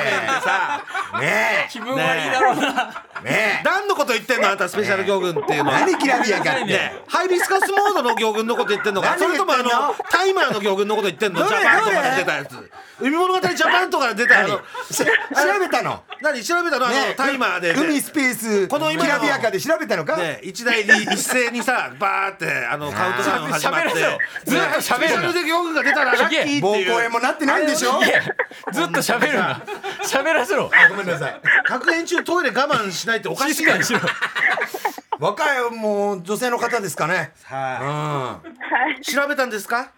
[SPEAKER 3] さ
[SPEAKER 4] ね
[SPEAKER 2] 気分悪いだろうな
[SPEAKER 4] えねえ
[SPEAKER 3] 何のこと言ってんのあなたスペシャル行軍っていうのは
[SPEAKER 4] 何きらびやかっ
[SPEAKER 3] ね
[SPEAKER 4] て
[SPEAKER 3] えハイビスカスモードの行軍のこと言ってんのか
[SPEAKER 4] 何
[SPEAKER 3] それともあ
[SPEAKER 4] 言ってんの
[SPEAKER 3] のタイマーの行軍のこと言ってんの
[SPEAKER 4] ど
[SPEAKER 3] ジ
[SPEAKER 4] れ
[SPEAKER 3] ャパンとかで出たやつ海物語ジャパンとかで出たあの
[SPEAKER 4] し調べたの
[SPEAKER 3] 何調べたのあの
[SPEAKER 4] ねえ
[SPEAKER 3] タイマーで
[SPEAKER 4] 海
[SPEAKER 3] ね
[SPEAKER 4] スペース
[SPEAKER 3] この今の
[SPEAKER 4] きらびやかで調べたのか
[SPEAKER 3] ね一台に一斉にさバーってあのカウントダウン始まっ
[SPEAKER 2] 喋ら
[SPEAKER 3] て
[SPEAKER 2] せろずっと
[SPEAKER 3] スペ
[SPEAKER 2] 喋
[SPEAKER 3] シ
[SPEAKER 2] る
[SPEAKER 3] ャ
[SPEAKER 2] な
[SPEAKER 3] ルで行軍が出たらラッキーって
[SPEAKER 4] 暴行
[SPEAKER 3] いう
[SPEAKER 4] 炎もなってないんでしょ
[SPEAKER 2] いやずっと喋るな喋らせろ
[SPEAKER 4] ごめんなさい
[SPEAKER 3] 各演中トイレ我慢しないっておかしい
[SPEAKER 2] 静か
[SPEAKER 4] (laughs)
[SPEAKER 2] にしろ
[SPEAKER 4] 若いもう女性の方ですかねうん
[SPEAKER 6] はい。
[SPEAKER 3] 調べたんですか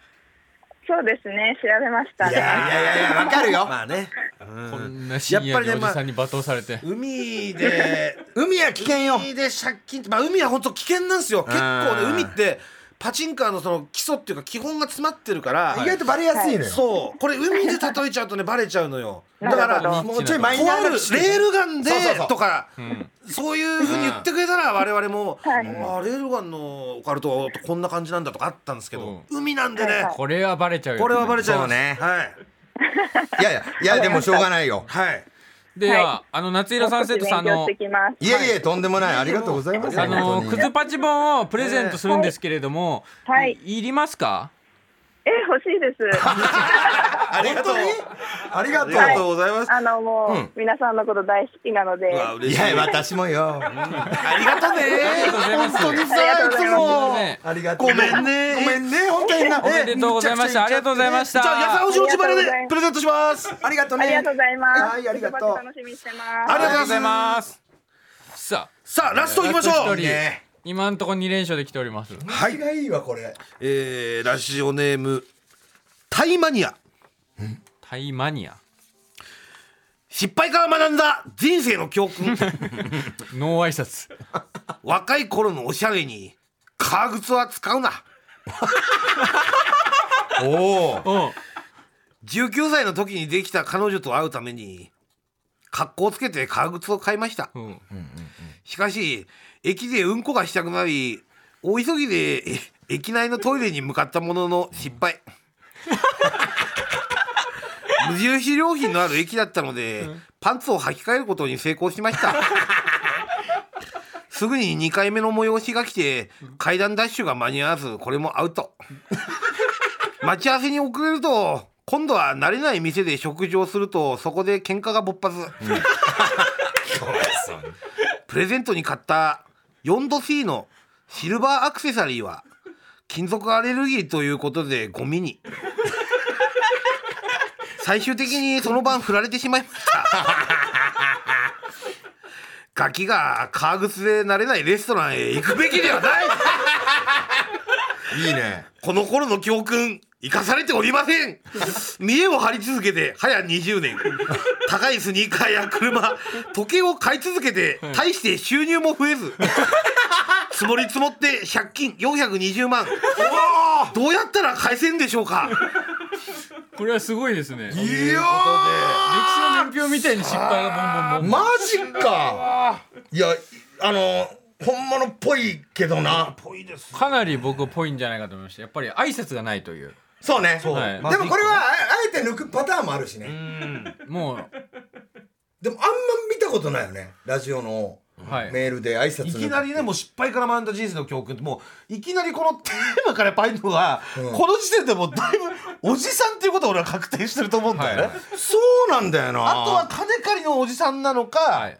[SPEAKER 6] そうですね。調べました
[SPEAKER 4] いやい
[SPEAKER 6] ね。
[SPEAKER 4] やいやいやわかるよ
[SPEAKER 3] まあね
[SPEAKER 2] こんな深夜におじさんに罵倒されて
[SPEAKER 3] 海で
[SPEAKER 4] (laughs) 海は危険よ
[SPEAKER 3] 海で借金ってまあ海は本当危険なんですよ結構ね
[SPEAKER 4] うん
[SPEAKER 3] 海ってパチンカーのその基礎っていうか基本が詰まってるから、
[SPEAKER 4] 意外とバレやすいのよ
[SPEAKER 3] そうこれ海で例えちゃうとねバレちゃうの
[SPEAKER 4] (laughs)
[SPEAKER 3] よだ
[SPEAKER 6] るほ
[SPEAKER 3] か
[SPEAKER 6] ど
[SPEAKER 3] らとあ
[SPEAKER 6] な
[SPEAKER 3] る
[SPEAKER 4] もうちょいマイナーな
[SPEAKER 3] レールガンで
[SPEAKER 4] そうそうそう
[SPEAKER 3] とかそういうふうに言ってくれたら我々も、あレールガンのオカルトはこんな感じなんだとかあったんですけど、海なんでね
[SPEAKER 2] これはバレちゃうよ
[SPEAKER 3] これはバレちゃいます
[SPEAKER 4] そうね
[SPEAKER 3] はい
[SPEAKER 4] いやいやいやでもしょうがないよ
[SPEAKER 3] はい
[SPEAKER 2] で
[SPEAKER 6] はい
[SPEAKER 2] はあの夏色サンセットさん
[SPEAKER 6] 勉強
[SPEAKER 2] の
[SPEAKER 6] してきます。
[SPEAKER 4] いえいえとんでもないありがとうございます
[SPEAKER 2] あの
[SPEAKER 4] 本当
[SPEAKER 2] ク
[SPEAKER 4] に
[SPEAKER 2] ズパチ本をプレゼントするんですけれども、
[SPEAKER 6] はい
[SPEAKER 2] いいりますか？
[SPEAKER 6] え、欲しいです。
[SPEAKER 3] ありがとう
[SPEAKER 4] ありが
[SPEAKER 3] あ
[SPEAKER 4] と
[SPEAKER 3] り
[SPEAKER 4] う
[SPEAKER 3] がとうございます、
[SPEAKER 6] あのもう皆さんのこと大好きなので。
[SPEAKER 3] うわ嬉
[SPEAKER 4] い
[SPEAKER 3] しい
[SPEAKER 4] や私もよ
[SPEAKER 3] ありがとうね本当にさいつも
[SPEAKER 4] ありがとう
[SPEAKER 3] ごめんね
[SPEAKER 4] ごめんね本当にな
[SPEAKER 2] おめでとうございました。ありがとうございまし
[SPEAKER 3] じ
[SPEAKER 2] た。
[SPEAKER 3] ゃあ、やさおしの自腹で
[SPEAKER 6] ありがと
[SPEAKER 3] プレ
[SPEAKER 6] うございます
[SPEAKER 3] ゼントします。
[SPEAKER 4] ありがとう
[SPEAKER 6] ありがとうございます。
[SPEAKER 4] はいありがとう
[SPEAKER 6] 楽しみにしてます。
[SPEAKER 3] ありがとう
[SPEAKER 2] ご
[SPEAKER 3] ござ
[SPEAKER 2] ざ
[SPEAKER 3] い
[SPEAKER 2] い
[SPEAKER 3] ま
[SPEAKER 2] ます。さあ、
[SPEAKER 3] す。さあ、ラストいきましょ
[SPEAKER 2] ラスト
[SPEAKER 3] う
[SPEAKER 2] 一。人今のところ二連勝で来ております。
[SPEAKER 4] はいがいいわこれ
[SPEAKER 3] えー、ラジオネーム。タイマニア。
[SPEAKER 2] タイマニア、
[SPEAKER 3] 失敗から学んだ人生の教 (laughs) 訓。
[SPEAKER 2] ノー挨拶。
[SPEAKER 3] 若い頃のおしゃれに。革靴は使うな。
[SPEAKER 4] おお
[SPEAKER 2] おう、
[SPEAKER 3] 19歳の時にできた彼女と会うために。格好をつけて革靴を買いました。
[SPEAKER 2] うん、
[SPEAKER 3] しかし駅でうんこがしたくなり大急ぎでえ駅内のトイレに向かったものの失
[SPEAKER 2] (laughs)
[SPEAKER 3] 敗無印良品のある駅だったのでパンツを履き替えることに成功しましたすぐに2回目の催しが来て階段ダッシュが間に合わずこれもアウト待ち合わせに遅れると今度は慣れない店で食事をするとそこで喧嘩が勃発、プレゼントに買った4度 C のシルバーアクセサリーは金属アレルギーということでゴミに最終的にその晩振られてしまいましたガキが革靴で慣れないレストランへ行くべきではない
[SPEAKER 4] いいね
[SPEAKER 3] この頃の教訓生かされておりま
[SPEAKER 1] (laughs)
[SPEAKER 3] せん見栄を張り続けて早20年高いスニーカーや車時計を買い続けて大して収入も増
[SPEAKER 1] (laughs)
[SPEAKER 3] えず積もり積もって借金420万どうやったら返せんでしょうか
[SPEAKER 2] これはすごいですね。歴史
[SPEAKER 4] いや
[SPEAKER 2] の年表みたいに失敗がボンボンボンボン。
[SPEAKER 4] マジかいやあの本物っぽいけどな
[SPEAKER 2] かなり僕ぽいんじゃないかと思いました。やっぱり挨拶がないという。
[SPEAKER 4] そうね
[SPEAKER 2] はい
[SPEAKER 4] でもこれはああえて抜くパターンもあるしね
[SPEAKER 2] もう
[SPEAKER 4] でもあんま見たことないよねラジオの
[SPEAKER 2] んはい
[SPEAKER 4] メールで挨拶
[SPEAKER 1] い
[SPEAKER 4] の
[SPEAKER 1] きなりねもう失敗から学んだ人生の教訓ってもういきなりこのテーマからパイのは、この時点でもうだいぶおじさんっていうことを俺は確定してると思うんだよね、
[SPEAKER 2] はい
[SPEAKER 4] そうなんだよな
[SPEAKER 1] あとは金借りのおじさんなのか、
[SPEAKER 2] はい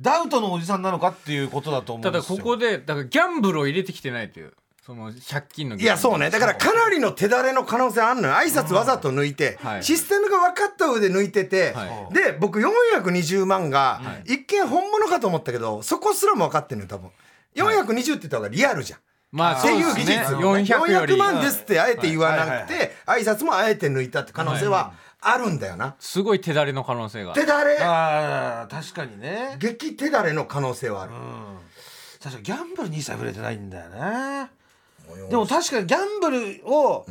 [SPEAKER 1] ダウトのおじさんなのかっていうことだと思う
[SPEAKER 2] た
[SPEAKER 1] んで
[SPEAKER 2] だ
[SPEAKER 1] すよ
[SPEAKER 2] ここでだからギャンブルを入れてきてないというその借金の
[SPEAKER 4] いやそうねだからかなりの手だれの可能性あんのよ挨拶わざと抜いて、
[SPEAKER 2] はい
[SPEAKER 4] システムが分かった上で抜いてて、
[SPEAKER 2] は
[SPEAKER 4] で僕420万が一見本物かと思ったけどそこすらも分かってんのよ多分420って言った方がリアルじゃん、
[SPEAKER 2] まあ
[SPEAKER 4] って
[SPEAKER 2] そう
[SPEAKER 4] い
[SPEAKER 2] で
[SPEAKER 4] う
[SPEAKER 2] す
[SPEAKER 4] 技
[SPEAKER 2] ね
[SPEAKER 4] 術、
[SPEAKER 2] 400より
[SPEAKER 4] 万ですってあえて言わなく
[SPEAKER 1] は
[SPEAKER 4] て挨拶もあえて抜いたって可能性はあるんだよな、
[SPEAKER 2] すごい手だれの可能性が
[SPEAKER 4] 手だれ
[SPEAKER 1] あー確かにね
[SPEAKER 4] 激手だれの可能性はある、
[SPEAKER 1] 確かにギャンブルに一切触れてないんだよねでも確かにギャンブルを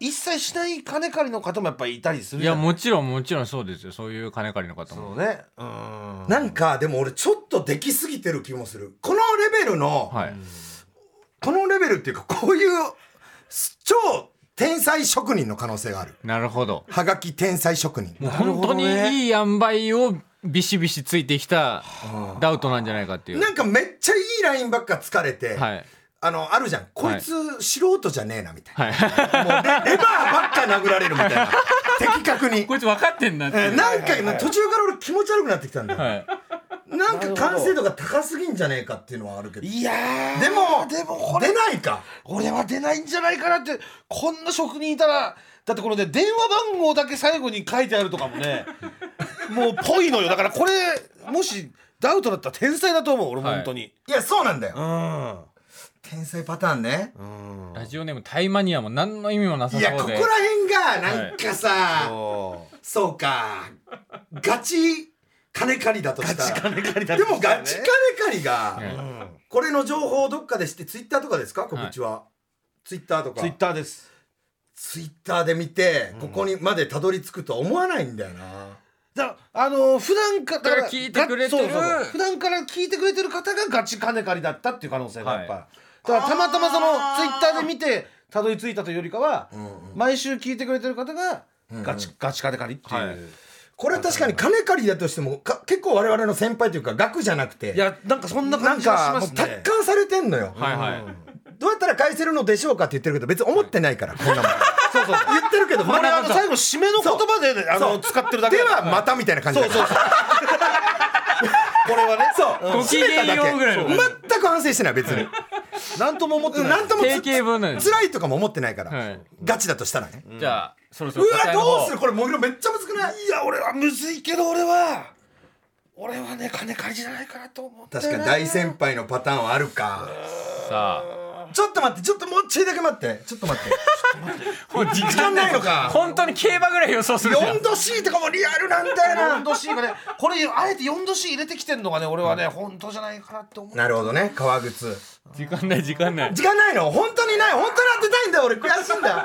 [SPEAKER 1] 一切しない金借りの方もやっぱりいたりする
[SPEAKER 2] い
[SPEAKER 1] じゃ
[SPEAKER 2] や
[SPEAKER 1] ん
[SPEAKER 2] もちろんもちろんそうですよそういう金借りの方
[SPEAKER 1] そ
[SPEAKER 2] も
[SPEAKER 1] うねうん
[SPEAKER 4] なんかでも俺ちょっとできすぎてる気もするこのレベルの、
[SPEAKER 2] はい
[SPEAKER 4] このレベルっていうかこういうす超天才職人の可能性がある
[SPEAKER 2] なるほど
[SPEAKER 4] はがき天才職人
[SPEAKER 2] もう
[SPEAKER 1] なる
[SPEAKER 2] 本
[SPEAKER 1] ほ
[SPEAKER 2] 当
[SPEAKER 1] ど
[SPEAKER 2] に
[SPEAKER 1] ね
[SPEAKER 2] いい塩梅をビシビシついてきたダウトなんじゃないかっていう
[SPEAKER 4] なんかめっちゃいいラインばっか疲れて、
[SPEAKER 2] はい
[SPEAKER 4] あのあるじゃんこいつ素人じゃねえなみたいな、
[SPEAKER 2] はい
[SPEAKER 4] もうレレバーばっか殴られるみたい
[SPEAKER 2] (laughs)
[SPEAKER 4] な的確に
[SPEAKER 2] こいつ分かってんなってい
[SPEAKER 4] え
[SPEAKER 2] う
[SPEAKER 4] ーなんか今途中から俺気持ち悪くなってきたんだよ、
[SPEAKER 2] はい
[SPEAKER 4] なんか完成度が高すぎんじゃねえかっていうのはあるけど
[SPEAKER 1] いやー
[SPEAKER 4] でも
[SPEAKER 1] でもこれ
[SPEAKER 4] 出ないか
[SPEAKER 1] 俺は出ないんじゃないかなってこんな職人いたらだってこのね電話番号だけ最後に書いてあるとかもねもうぽいのよだからこれもしダウトだったら天才だと思う俺
[SPEAKER 2] はい
[SPEAKER 1] 本当に、
[SPEAKER 4] いやそうなんだよ、天才パターンね、
[SPEAKER 2] ラジオネームタイマニアも何の意味もなさ
[SPEAKER 4] いや
[SPEAKER 2] そ
[SPEAKER 4] こ
[SPEAKER 2] う
[SPEAKER 4] こ
[SPEAKER 2] で
[SPEAKER 4] ら辺がなんかさ、そうか。ガチ金借りだとしたら。でもガチ金借りが、
[SPEAKER 2] ね
[SPEAKER 4] これの情報をどっかでして、ツイッターとかですか告知は。ツイッターとか
[SPEAKER 1] ツイ。ッターです
[SPEAKER 4] ツイッターで見て、ここにまでたどり着くとは思わないんだよな。
[SPEAKER 1] だあのー普段か
[SPEAKER 2] だから聞いてくれてる
[SPEAKER 1] がそうそうそう普段から聞いてくれてる方がガチ金借りだったっていう可能性がやっぱ、だからたまたまそのツイッターで見てたどり着いたというよりかは、毎週聞いてくれてる方がガチ、ガチ金借りっていう、
[SPEAKER 2] はい
[SPEAKER 1] い、
[SPEAKER 4] これは確かに金借りだとしても、か結構我々の先輩というか、額じゃなくて、
[SPEAKER 1] やなんかそんな
[SPEAKER 4] な
[SPEAKER 1] 感
[SPEAKER 4] ん
[SPEAKER 1] じがし
[SPEAKER 4] か
[SPEAKER 1] ま
[SPEAKER 4] もう
[SPEAKER 1] すね
[SPEAKER 4] 達観されてんのよ。
[SPEAKER 2] はいはい
[SPEAKER 4] どうやったら返せるのでしょうかって言ってるけど、別に思ってないから、こんなもん。
[SPEAKER 1] そうそう
[SPEAKER 4] 言ってるけど、
[SPEAKER 1] これあの
[SPEAKER 4] そう
[SPEAKER 1] 最後締めの言葉で、あの使ってるだけ
[SPEAKER 4] (laughs) で
[SPEAKER 1] だから
[SPEAKER 4] はまたみたいな感じ
[SPEAKER 1] そ
[SPEAKER 4] だ
[SPEAKER 1] う
[SPEAKER 4] から
[SPEAKER 1] そうそうこれはね
[SPEAKER 4] そう、
[SPEAKER 2] ごきげんようぐらいの
[SPEAKER 4] 締めただけ全く反省してない別に
[SPEAKER 1] 何とも思ってない
[SPEAKER 4] 何ともつ
[SPEAKER 2] 定型文なんです
[SPEAKER 4] 辛いとかも思ってないから、
[SPEAKER 2] はい
[SPEAKER 4] ガチだとしたらね、
[SPEAKER 2] じゃあそろそうろ
[SPEAKER 4] わどうする
[SPEAKER 2] う
[SPEAKER 4] これもぐろめっちゃむずくない
[SPEAKER 1] いや俺はむずいけど俺は俺はね金借りじゃないかなと思って
[SPEAKER 4] 確かに大先輩のパターンはあるか
[SPEAKER 2] さ
[SPEAKER 4] ちょっと待ってちょっともうちょいだけ待ってちょっと待って
[SPEAKER 2] あ (laughs) もう時
[SPEAKER 4] 時間ないのか
[SPEAKER 2] 本当に競馬ぐらい予想するじゃん
[SPEAKER 4] 4度 C とかもリアルなんだよ
[SPEAKER 1] 4
[SPEAKER 4] な
[SPEAKER 1] 度 C がねこれあえて4度 C 入れてきてんのがね俺はね本当じゃないかなって思う
[SPEAKER 4] なるほどね革靴
[SPEAKER 2] 時間ない時間ない
[SPEAKER 4] 時間ないの本当にない本当に当てたいんだよ俺悔しいんだよ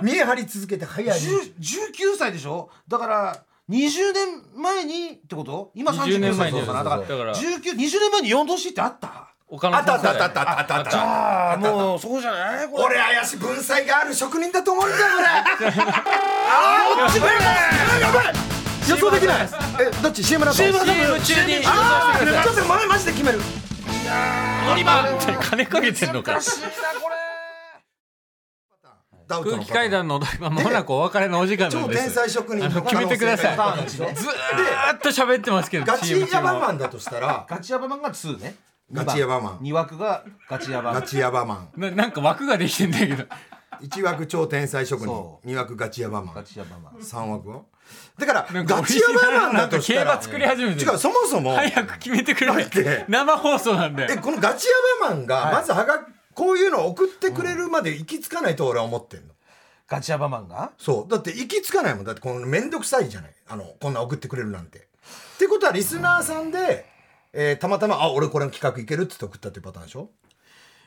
[SPEAKER 4] 見え張り続けて早い
[SPEAKER 1] 10 19歳でしょだから20年前にってこと今
[SPEAKER 2] 20
[SPEAKER 1] 30
[SPEAKER 2] 年
[SPEAKER 1] 年
[SPEAKER 2] 前
[SPEAKER 1] 前
[SPEAKER 2] に
[SPEAKER 1] だからだ
[SPEAKER 2] だから
[SPEAKER 1] 1920年前に4度 C ってあった
[SPEAKER 2] 岡
[SPEAKER 4] あ
[SPEAKER 2] 野
[SPEAKER 4] ったあ
[SPEAKER 2] さん
[SPEAKER 4] ったあったあったあったあった
[SPEAKER 1] ああもうそうじゃないこれ
[SPEAKER 4] 俺怪しい文才がある職人だと思うんだよ俺ああやばい予想できないえどっち CM だと
[SPEAKER 1] CM だ
[SPEAKER 2] CM 中に
[SPEAKER 4] ああちょっとママジで決める
[SPEAKER 2] 乗り場って金かけてんのか
[SPEAKER 1] 難しいなこれ
[SPEAKER 4] ダウト
[SPEAKER 2] 空
[SPEAKER 4] の
[SPEAKER 2] 気階段のお台場まもなくお別れのお時間なん
[SPEAKER 4] 超
[SPEAKER 2] で
[SPEAKER 4] 天
[SPEAKER 2] す
[SPEAKER 4] 才職人
[SPEAKER 2] あ
[SPEAKER 4] の
[SPEAKER 2] の
[SPEAKER 4] 可
[SPEAKER 2] 決め
[SPEAKER 4] 能
[SPEAKER 2] てください
[SPEAKER 4] 性があるでしょ
[SPEAKER 2] ずーっと喋ってますけど
[SPEAKER 4] ガチ
[SPEAKER 2] CM
[SPEAKER 4] ヤ
[SPEAKER 2] 中
[SPEAKER 4] バマ
[SPEAKER 2] も
[SPEAKER 4] ンだとしたら
[SPEAKER 1] ガチヤバマンが2ね
[SPEAKER 4] ガチヤバマン
[SPEAKER 1] 2枠がガチヤバマ
[SPEAKER 4] ガ
[SPEAKER 1] ン
[SPEAKER 4] チヤバマン
[SPEAKER 2] ななんか枠ができてんだけど
[SPEAKER 4] 1枠超天才職人
[SPEAKER 1] そ
[SPEAKER 4] 2枠ガチヤバマ
[SPEAKER 1] ガ
[SPEAKER 4] ン
[SPEAKER 1] チヤバマン
[SPEAKER 4] 3枠はだから
[SPEAKER 2] なんか
[SPEAKER 4] ガチヤバマンだ
[SPEAKER 2] なんか
[SPEAKER 4] とし
[SPEAKER 2] 競
[SPEAKER 4] たら
[SPEAKER 2] 馬作り始めて
[SPEAKER 4] 違うそもそも
[SPEAKER 2] 早く決めてく
[SPEAKER 4] だっ
[SPEAKER 2] れ
[SPEAKER 4] て
[SPEAKER 2] 生放送なんで
[SPEAKER 4] えこのガチヤバマンがまずはがこういうのを送ってくれるまで行き着かないと俺は思ってんの
[SPEAKER 1] ガチヤバマンが
[SPEAKER 4] そうだって行き着かないもんだってこの面倒くさいじゃないあのこんな送ってくれるなんてってことはリスナーさんで、えーたまたま「あ俺これの企画いける」っつって送ったっていうパターンでしょ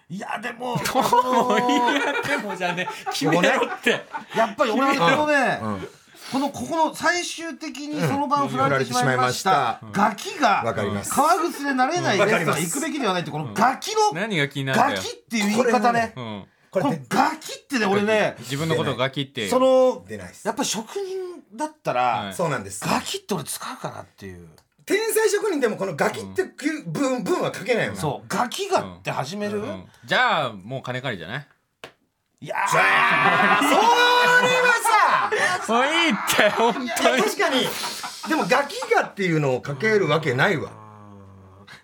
[SPEAKER 1] いやでも
[SPEAKER 2] もういいやでもじゃあね決めろって
[SPEAKER 1] やっぱり俺はこのね、このここの最終的にその場を振られてしまいました、
[SPEAKER 4] うん
[SPEAKER 1] ガキが
[SPEAKER 4] わかります
[SPEAKER 1] 革靴で慣れないレストランに行くべきではないってこのガキの、
[SPEAKER 2] 何が気になるんだ
[SPEAKER 1] ガ
[SPEAKER 2] よ
[SPEAKER 1] キっていう言い方ね
[SPEAKER 2] う
[SPEAKER 1] こ
[SPEAKER 2] ん
[SPEAKER 4] これ
[SPEAKER 1] のガキってね俺ね
[SPEAKER 2] 自分のことをガキって
[SPEAKER 1] その
[SPEAKER 4] 出ないっす
[SPEAKER 1] やっぱり職人だったら、
[SPEAKER 2] はい
[SPEAKER 4] そうなんです
[SPEAKER 1] ガキって俺使うかなっていう
[SPEAKER 4] 天才職人でもこのガキっていう文文は書けないよな
[SPEAKER 1] そうガキがって始める、
[SPEAKER 2] うんじゃあもう金借りじゃない
[SPEAKER 1] いやー
[SPEAKER 4] それは
[SPEAKER 2] もういいって本
[SPEAKER 4] さいや確かにでもガキがっていうのを書けるわけないわ、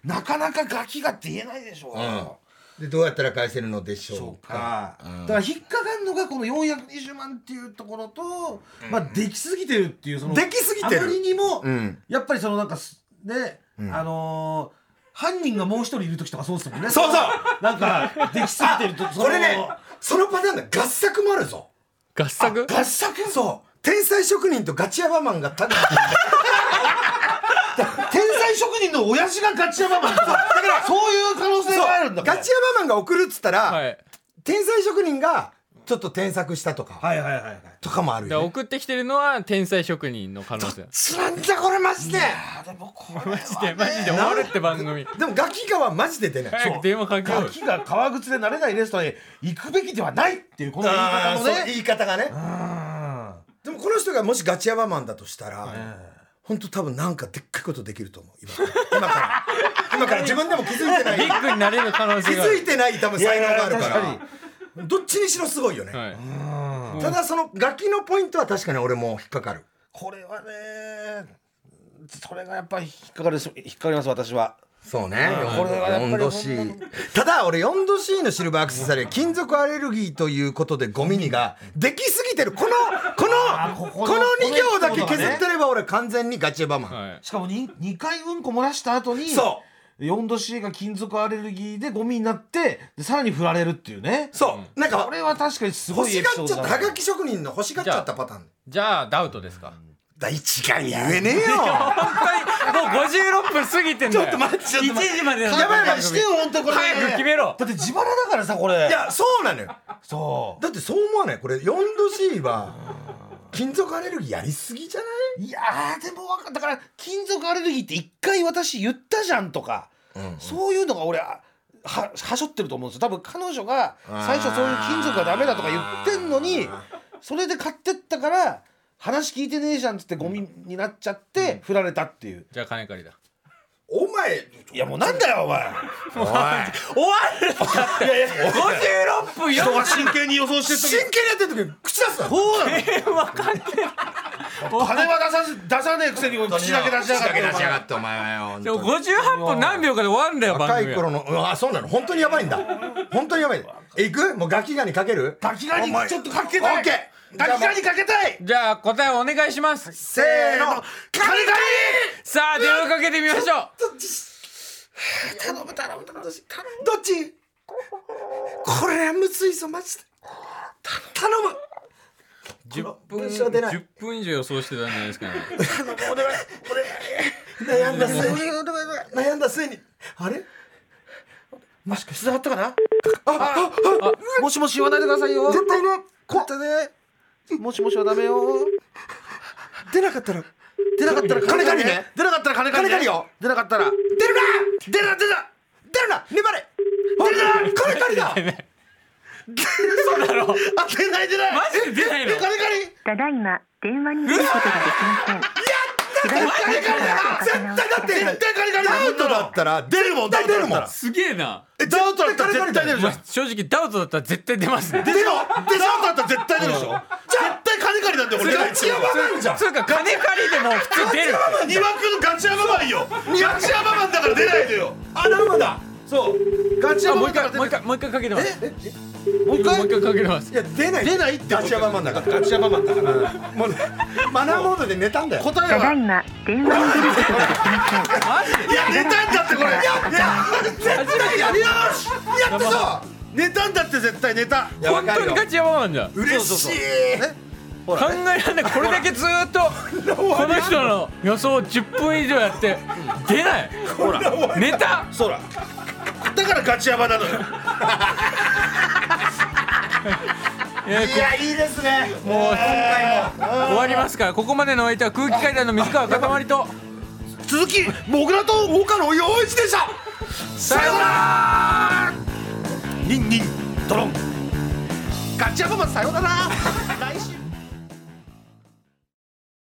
[SPEAKER 1] なかなかガキがって言えないでしょ
[SPEAKER 4] うん、でどうやったら返せるのでしょう
[SPEAKER 1] か、
[SPEAKER 4] か
[SPEAKER 1] だから引っかかるのがこの420万っていうところと、まあできすぎてるっていうその
[SPEAKER 4] できすぎてる
[SPEAKER 1] あまりにも、
[SPEAKER 4] ん
[SPEAKER 1] やっぱりそのなんかすね、あのー犯人がもう一人いる時とかそうですもんね
[SPEAKER 4] そうそう
[SPEAKER 1] なんかできすぎて (laughs) るとその
[SPEAKER 4] これねそのパターンだ合作もあるぞ
[SPEAKER 2] 合作
[SPEAKER 4] 合作そう天才職人とガチヤバマンがタッグ組んで
[SPEAKER 1] (laughs) 天才職人の親父がガチヤママンだからそういう可能性があるん
[SPEAKER 4] そ
[SPEAKER 1] だ
[SPEAKER 4] う
[SPEAKER 1] これ
[SPEAKER 4] ガチヤバマンが送るっつったら、
[SPEAKER 2] はい
[SPEAKER 4] 天才職人がちょっと添削したとか、
[SPEAKER 1] はいはいはいはい
[SPEAKER 4] とかもある
[SPEAKER 2] だから
[SPEAKER 4] よ、ね、
[SPEAKER 2] 送ってきてるのは天才職人の可能性
[SPEAKER 4] つらんじゃこれマジで
[SPEAKER 1] あでもこれ
[SPEAKER 2] マジでマジで終わるって番組
[SPEAKER 4] でもガキがはマジで出ない
[SPEAKER 2] 早く電話かけよう
[SPEAKER 1] ガキが革靴で慣れないレストランへ行くべきではないっていうこの言い方
[SPEAKER 4] あー
[SPEAKER 1] も
[SPEAKER 4] そう
[SPEAKER 1] ね
[SPEAKER 4] 言い方がね
[SPEAKER 1] うん
[SPEAKER 4] でもこの人がもしガチヤバマンだとしたら、ほんと多分なんかでっかいことできると思う今から
[SPEAKER 1] (laughs)
[SPEAKER 4] 今から今から自分でも気づいてな
[SPEAKER 2] ビ
[SPEAKER 4] い
[SPEAKER 2] ッグになれる可能
[SPEAKER 4] 気
[SPEAKER 2] 性があ
[SPEAKER 4] づ
[SPEAKER 2] る
[SPEAKER 4] いてない多分才能があるか
[SPEAKER 1] いやいや
[SPEAKER 4] らどっちにしろすごいよね、
[SPEAKER 2] はい
[SPEAKER 4] ただそのガキのポイントは確かに俺も引っかかる
[SPEAKER 1] これはねそれがやっぱり引っかかるし引っかかります私は
[SPEAKER 4] そうね、
[SPEAKER 1] これはやっぱり
[SPEAKER 4] 4度 C
[SPEAKER 1] ほんま
[SPEAKER 4] ただ俺4度 C のシルバーアクセサリーは金属アレルギーということでゴミにができすぎてるこのこの
[SPEAKER 1] こ
[SPEAKER 4] こ
[SPEAKER 1] この
[SPEAKER 4] の2行だけ削ってれば俺完全にガチエバマン、
[SPEAKER 2] はい
[SPEAKER 1] しかも 2, 2回うんこ漏らした後に
[SPEAKER 4] そ
[SPEAKER 1] 4度 C が金属アレルギーでゴミになってでさらに振られるっていうね
[SPEAKER 4] うそう、なん
[SPEAKER 1] こ
[SPEAKER 4] か
[SPEAKER 1] れは確かにすご
[SPEAKER 4] 欲
[SPEAKER 1] いエ
[SPEAKER 4] し
[SPEAKER 1] ピソ
[SPEAKER 4] がっ
[SPEAKER 1] ー
[SPEAKER 4] ち
[SPEAKER 1] ド
[SPEAKER 4] ゃった
[SPEAKER 1] だ
[SPEAKER 4] はがき職人の欲しがっちゃったパターン
[SPEAKER 2] じゃあダウトですか
[SPEAKER 4] だ一概に言えねえよ
[SPEAKER 2] 本当にもう56分過ぎてんだよちょっと待って1時までなんだ
[SPEAKER 1] やばいやばい
[SPEAKER 2] 番
[SPEAKER 1] し
[SPEAKER 2] 組
[SPEAKER 1] てよ本当これ
[SPEAKER 2] 早く決めろ
[SPEAKER 1] だって自腹だからさこれ
[SPEAKER 4] いやそうなのよ
[SPEAKER 1] そ
[SPEAKER 4] だってそう思わないこれ4度 C は金属アレルギーやりすぎじゃないう
[SPEAKER 1] いやーでもわかだから金属アレルギーって1回私言ったじゃんとか、そういうのが俺はははしょってると思うんですよ多分彼女が最初そういう金属がダメだとか言ってんのにそれで買ってったから話聞いてねえじゃんっつってゴミになっちゃって振られたっていう、
[SPEAKER 2] じゃあ金借りだ
[SPEAKER 4] お前
[SPEAKER 1] いやもうなんだよお前
[SPEAKER 4] おい
[SPEAKER 2] 終わる
[SPEAKER 1] いやいや
[SPEAKER 2] 56分
[SPEAKER 1] 人
[SPEAKER 2] よ
[SPEAKER 1] が真剣に予想して
[SPEAKER 4] 真
[SPEAKER 1] る時
[SPEAKER 4] 剣にやってる時口出すな
[SPEAKER 1] そうなの
[SPEAKER 2] 分かんね
[SPEAKER 1] 金は出さず出さねえくせに口だけ出しやがってお前
[SPEAKER 4] ってお前はよ
[SPEAKER 2] えでも58分何秒かで終わるんだよ
[SPEAKER 4] 若
[SPEAKER 2] 番
[SPEAKER 4] い
[SPEAKER 2] 組は
[SPEAKER 4] 頃のうわそうなの本当にやばいんだ本当にやばいえ行くもうガキガニかける
[SPEAKER 1] ガキガニちょっとかけ
[SPEAKER 4] オ
[SPEAKER 1] たい
[SPEAKER 4] ッケー
[SPEAKER 1] ガキガニかけたい
[SPEAKER 2] じゃあ答えお願いします
[SPEAKER 4] せーの
[SPEAKER 1] ガニガニ
[SPEAKER 2] さあ電話かけてみましょう
[SPEAKER 4] 頼む頼む頼むどっちどっちこれはむずいぞマジで頼む
[SPEAKER 2] 10分
[SPEAKER 4] 文章出ない
[SPEAKER 2] 10分以上予想してたんじゃないですかね
[SPEAKER 4] 悩んだ末に悩んだ末にあれ
[SPEAKER 1] もしかして伝わったかな
[SPEAKER 4] あああ
[SPEAKER 1] もしもし言わないでくださいよ
[SPEAKER 4] 絶対ねこ
[SPEAKER 1] だねもしもしはダメよ
[SPEAKER 4] 出なかったら
[SPEAKER 1] 出なかったら
[SPEAKER 4] 金借りね
[SPEAKER 1] 出なかったら金借りね
[SPEAKER 4] 金借りよ
[SPEAKER 1] 出なかったら
[SPEAKER 4] 出るな
[SPEAKER 1] 出な出な
[SPEAKER 4] 出るな粘れ出るな金借りだ
[SPEAKER 1] あ出ない出ない
[SPEAKER 2] マジで出ないの
[SPEAKER 1] ええ金借り
[SPEAKER 7] ただいま電話に出ることができません。
[SPEAKER 4] 金借りだ絶対だって
[SPEAKER 1] 絶対金借り
[SPEAKER 4] ダウトだったら出るもん絶対出るもん
[SPEAKER 1] ダウトだっ
[SPEAKER 2] すげえな
[SPEAKER 4] え
[SPEAKER 1] ダウトだったら絶対出るじゃん
[SPEAKER 2] まあ正直ダウトだったら絶対出ますね
[SPEAKER 1] 出ろ出なかったら絶対出るでしょ絶対金借りなんだよ俺
[SPEAKER 4] ガチヤバマンじゃん
[SPEAKER 2] そうか金借りでも普通出る
[SPEAKER 1] 二枠のガチヤバマンよガチヤバマンだから出ないでよ
[SPEAKER 4] あなるほどだ
[SPEAKER 1] そうガチヤ
[SPEAKER 2] あ
[SPEAKER 1] バ
[SPEAKER 2] も
[SPEAKER 1] マ
[SPEAKER 2] う
[SPEAKER 1] ン
[SPEAKER 2] 一
[SPEAKER 1] だから
[SPEAKER 2] 回
[SPEAKER 1] 出
[SPEAKER 2] もう
[SPEAKER 1] ない
[SPEAKER 2] 一回もう一回かけてますも
[SPEAKER 1] もう一
[SPEAKER 2] う一回かけてます
[SPEAKER 4] いや出ない
[SPEAKER 1] 出ないって
[SPEAKER 4] ガチヤバマンだから
[SPEAKER 1] ガチヤバマンだから
[SPEAKER 4] もうねマナーモードで寝たんだよ
[SPEAKER 1] 答え
[SPEAKER 7] ただ
[SPEAKER 1] はい
[SPEAKER 7] ま電話に出ることができません。
[SPEAKER 1] いや寝たんだってこれ
[SPEAKER 4] 絶対やりよしやったぞ
[SPEAKER 1] 寝たんだって絶対寝た
[SPEAKER 4] いやわ
[SPEAKER 2] 本
[SPEAKER 4] か
[SPEAKER 2] 当
[SPEAKER 4] る
[SPEAKER 2] に
[SPEAKER 4] よ
[SPEAKER 2] ガチヤバマンじゃん考
[SPEAKER 4] 嬉しい
[SPEAKER 2] えられないこれだけずーっとこの人の予想を10分以上やって出ないほらネタ
[SPEAKER 1] そうだだからガチヤバなのよ
[SPEAKER 2] えー
[SPEAKER 4] いやいいですねもう今回も
[SPEAKER 2] 終わりますからここまでのお相手は空気階段の水川かたまりと
[SPEAKER 1] 続きモグラと岡野陽一でした
[SPEAKER 2] さようなら
[SPEAKER 1] ニンニンドロンガチヤバマンさようなら (laughs)